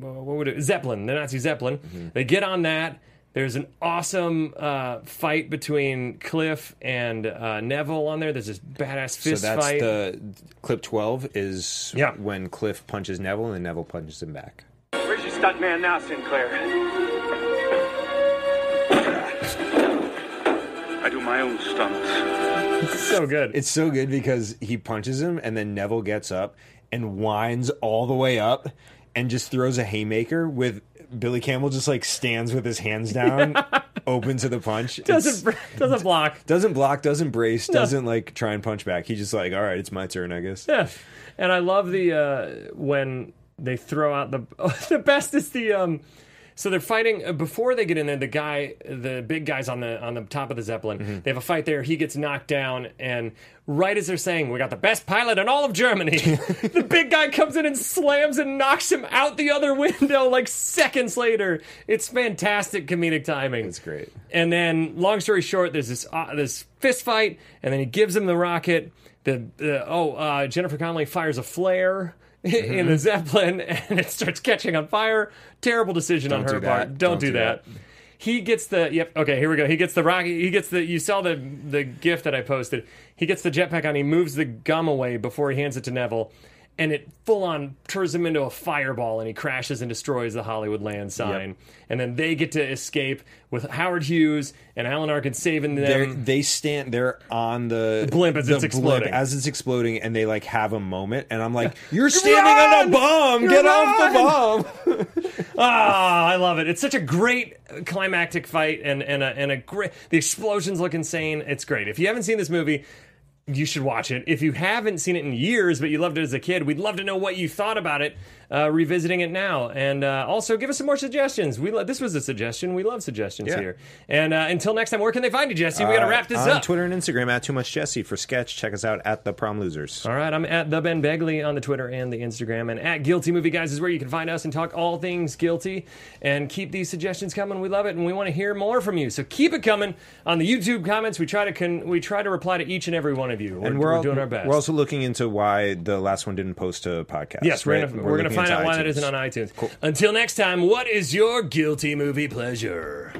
[SPEAKER 1] what would it? Zeppelin. The Nazi Zeppelin.
[SPEAKER 3] Mm-hmm.
[SPEAKER 1] They get on that. There's an awesome uh, fight between Cliff and uh, Neville on there. There's this badass
[SPEAKER 3] So
[SPEAKER 1] fist
[SPEAKER 3] that's
[SPEAKER 1] fight.
[SPEAKER 3] the clip 12 is
[SPEAKER 1] Yeah.
[SPEAKER 3] when Cliff punches Neville and Neville punches him back.
[SPEAKER 5] Where's your stunt man now, Sinclair?
[SPEAKER 4] I do my own stunts.
[SPEAKER 1] It's so good.
[SPEAKER 3] It's so good because he punches him and then Neville gets up and winds all the way up and just throws a haymaker with Billy Campbell just like stands with his hands down, open to the punch. It's-
[SPEAKER 1] doesn't doesn't block.
[SPEAKER 3] doesn't block, doesn't brace, doesn't like try and punch back. He's just like, all right, it's my turn, I guess.
[SPEAKER 1] Yeah. And I love the uh, when they throw out the the best is the um so they're fighting uh, before they get in there the guy the big guy's on the on the top of the zeppelin.
[SPEAKER 3] Mm-hmm.
[SPEAKER 1] They have a fight there. He gets knocked down and right as they're saying we got the best pilot in all of Germany, the big guy comes in and slams and knocks him out the other window like seconds later. It's fantastic comedic timing.
[SPEAKER 3] It's great.
[SPEAKER 1] And then, long story short, there's this uh, this fist fight, and then he gives him the rocket. The, the oh, uh, Jennifer Connelly fires a flare in
[SPEAKER 3] Mm-hmm.
[SPEAKER 1] the zeppelin, and it starts catching on fire. Terrible decision on
[SPEAKER 3] Don't
[SPEAKER 1] her
[SPEAKER 3] do
[SPEAKER 1] part.
[SPEAKER 3] that.
[SPEAKER 1] Don't, do that. He gets the yep. Okay, here we go. He gets the rocket. He gets the. You saw the the gift that I posted. He gets the jetpack on. He moves the gum away before he hands it to Neville. And it full on turns him into a fireball, and he crashes and destroys the Hollywood land sign. And then they get to escape with Howard Hughes and Alan Arkin saving them.
[SPEAKER 3] They're, they stand. They're on the,
[SPEAKER 1] blimp as
[SPEAKER 3] the
[SPEAKER 1] it's exploding.
[SPEAKER 3] as it's exploding, and they like have a moment. And I'm like, "You're standing on
[SPEAKER 1] Run!
[SPEAKER 3] a bomb.
[SPEAKER 1] You
[SPEAKER 3] Get
[SPEAKER 1] run!"
[SPEAKER 3] off the bomb."
[SPEAKER 1] Ah, I love it. It's such a great climactic fight, and and a, and a great. The explosions look insane. It's great. If you haven't seen this movie, you should watch it. If you haven't seen it in years, but you loved it as a kid, we'd love to know what you thought about it. Uh, revisiting it now, and uh, also give us some more suggestions. We lo- this was a suggestion. We love suggestions
[SPEAKER 3] Yeah. Uh,
[SPEAKER 1] here. And uh, until next time, where can they find you, Jesse? We got to wrap this
[SPEAKER 3] on
[SPEAKER 1] up.
[SPEAKER 3] Twitter and Instagram at Too Much Jesse for sketch. Check us out at the Prom Losers.
[SPEAKER 1] All right, I'm at the Ben Begley on the Twitter and the Instagram, and at Guilty Movie Guys is where you can find us and talk all things guilty. And keep these suggestions coming; we love it, and we want to hear more from you. So keep it coming on the YouTube comments. We try to con- we try to reply to each and every one of you,
[SPEAKER 3] And
[SPEAKER 1] we're,
[SPEAKER 3] we're,
[SPEAKER 1] we're
[SPEAKER 3] al-
[SPEAKER 1] doing our best.
[SPEAKER 3] We're also looking into why the last one didn't post a podcast.
[SPEAKER 1] yes, we're
[SPEAKER 3] right?
[SPEAKER 1] gonna, we're gonna
[SPEAKER 3] looking
[SPEAKER 1] find
[SPEAKER 3] into
[SPEAKER 1] out why that
[SPEAKER 3] iTunes.
[SPEAKER 1] isn't on iTunes. Until next time, what is your guilty movie pleasure?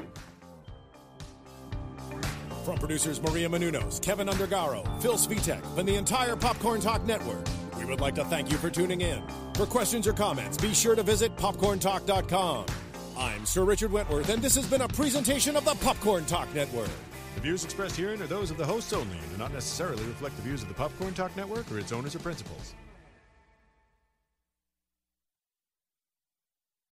[SPEAKER 2] From producers Maria Menunos, Kevin Undergaro, Phil Svitek, and the entire Popcorn Talk Network, we would like to thank you for tuning in. For questions or comments, be sure to visit popcorntalk.com. I'm Sir Richard Wentworth, and this has been a presentation of the Popcorn Talk Network.
[SPEAKER 10] The views expressed herein are those of the hosts only and do not necessarily reflect the views of the Popcorn Talk Network or its owners or principals.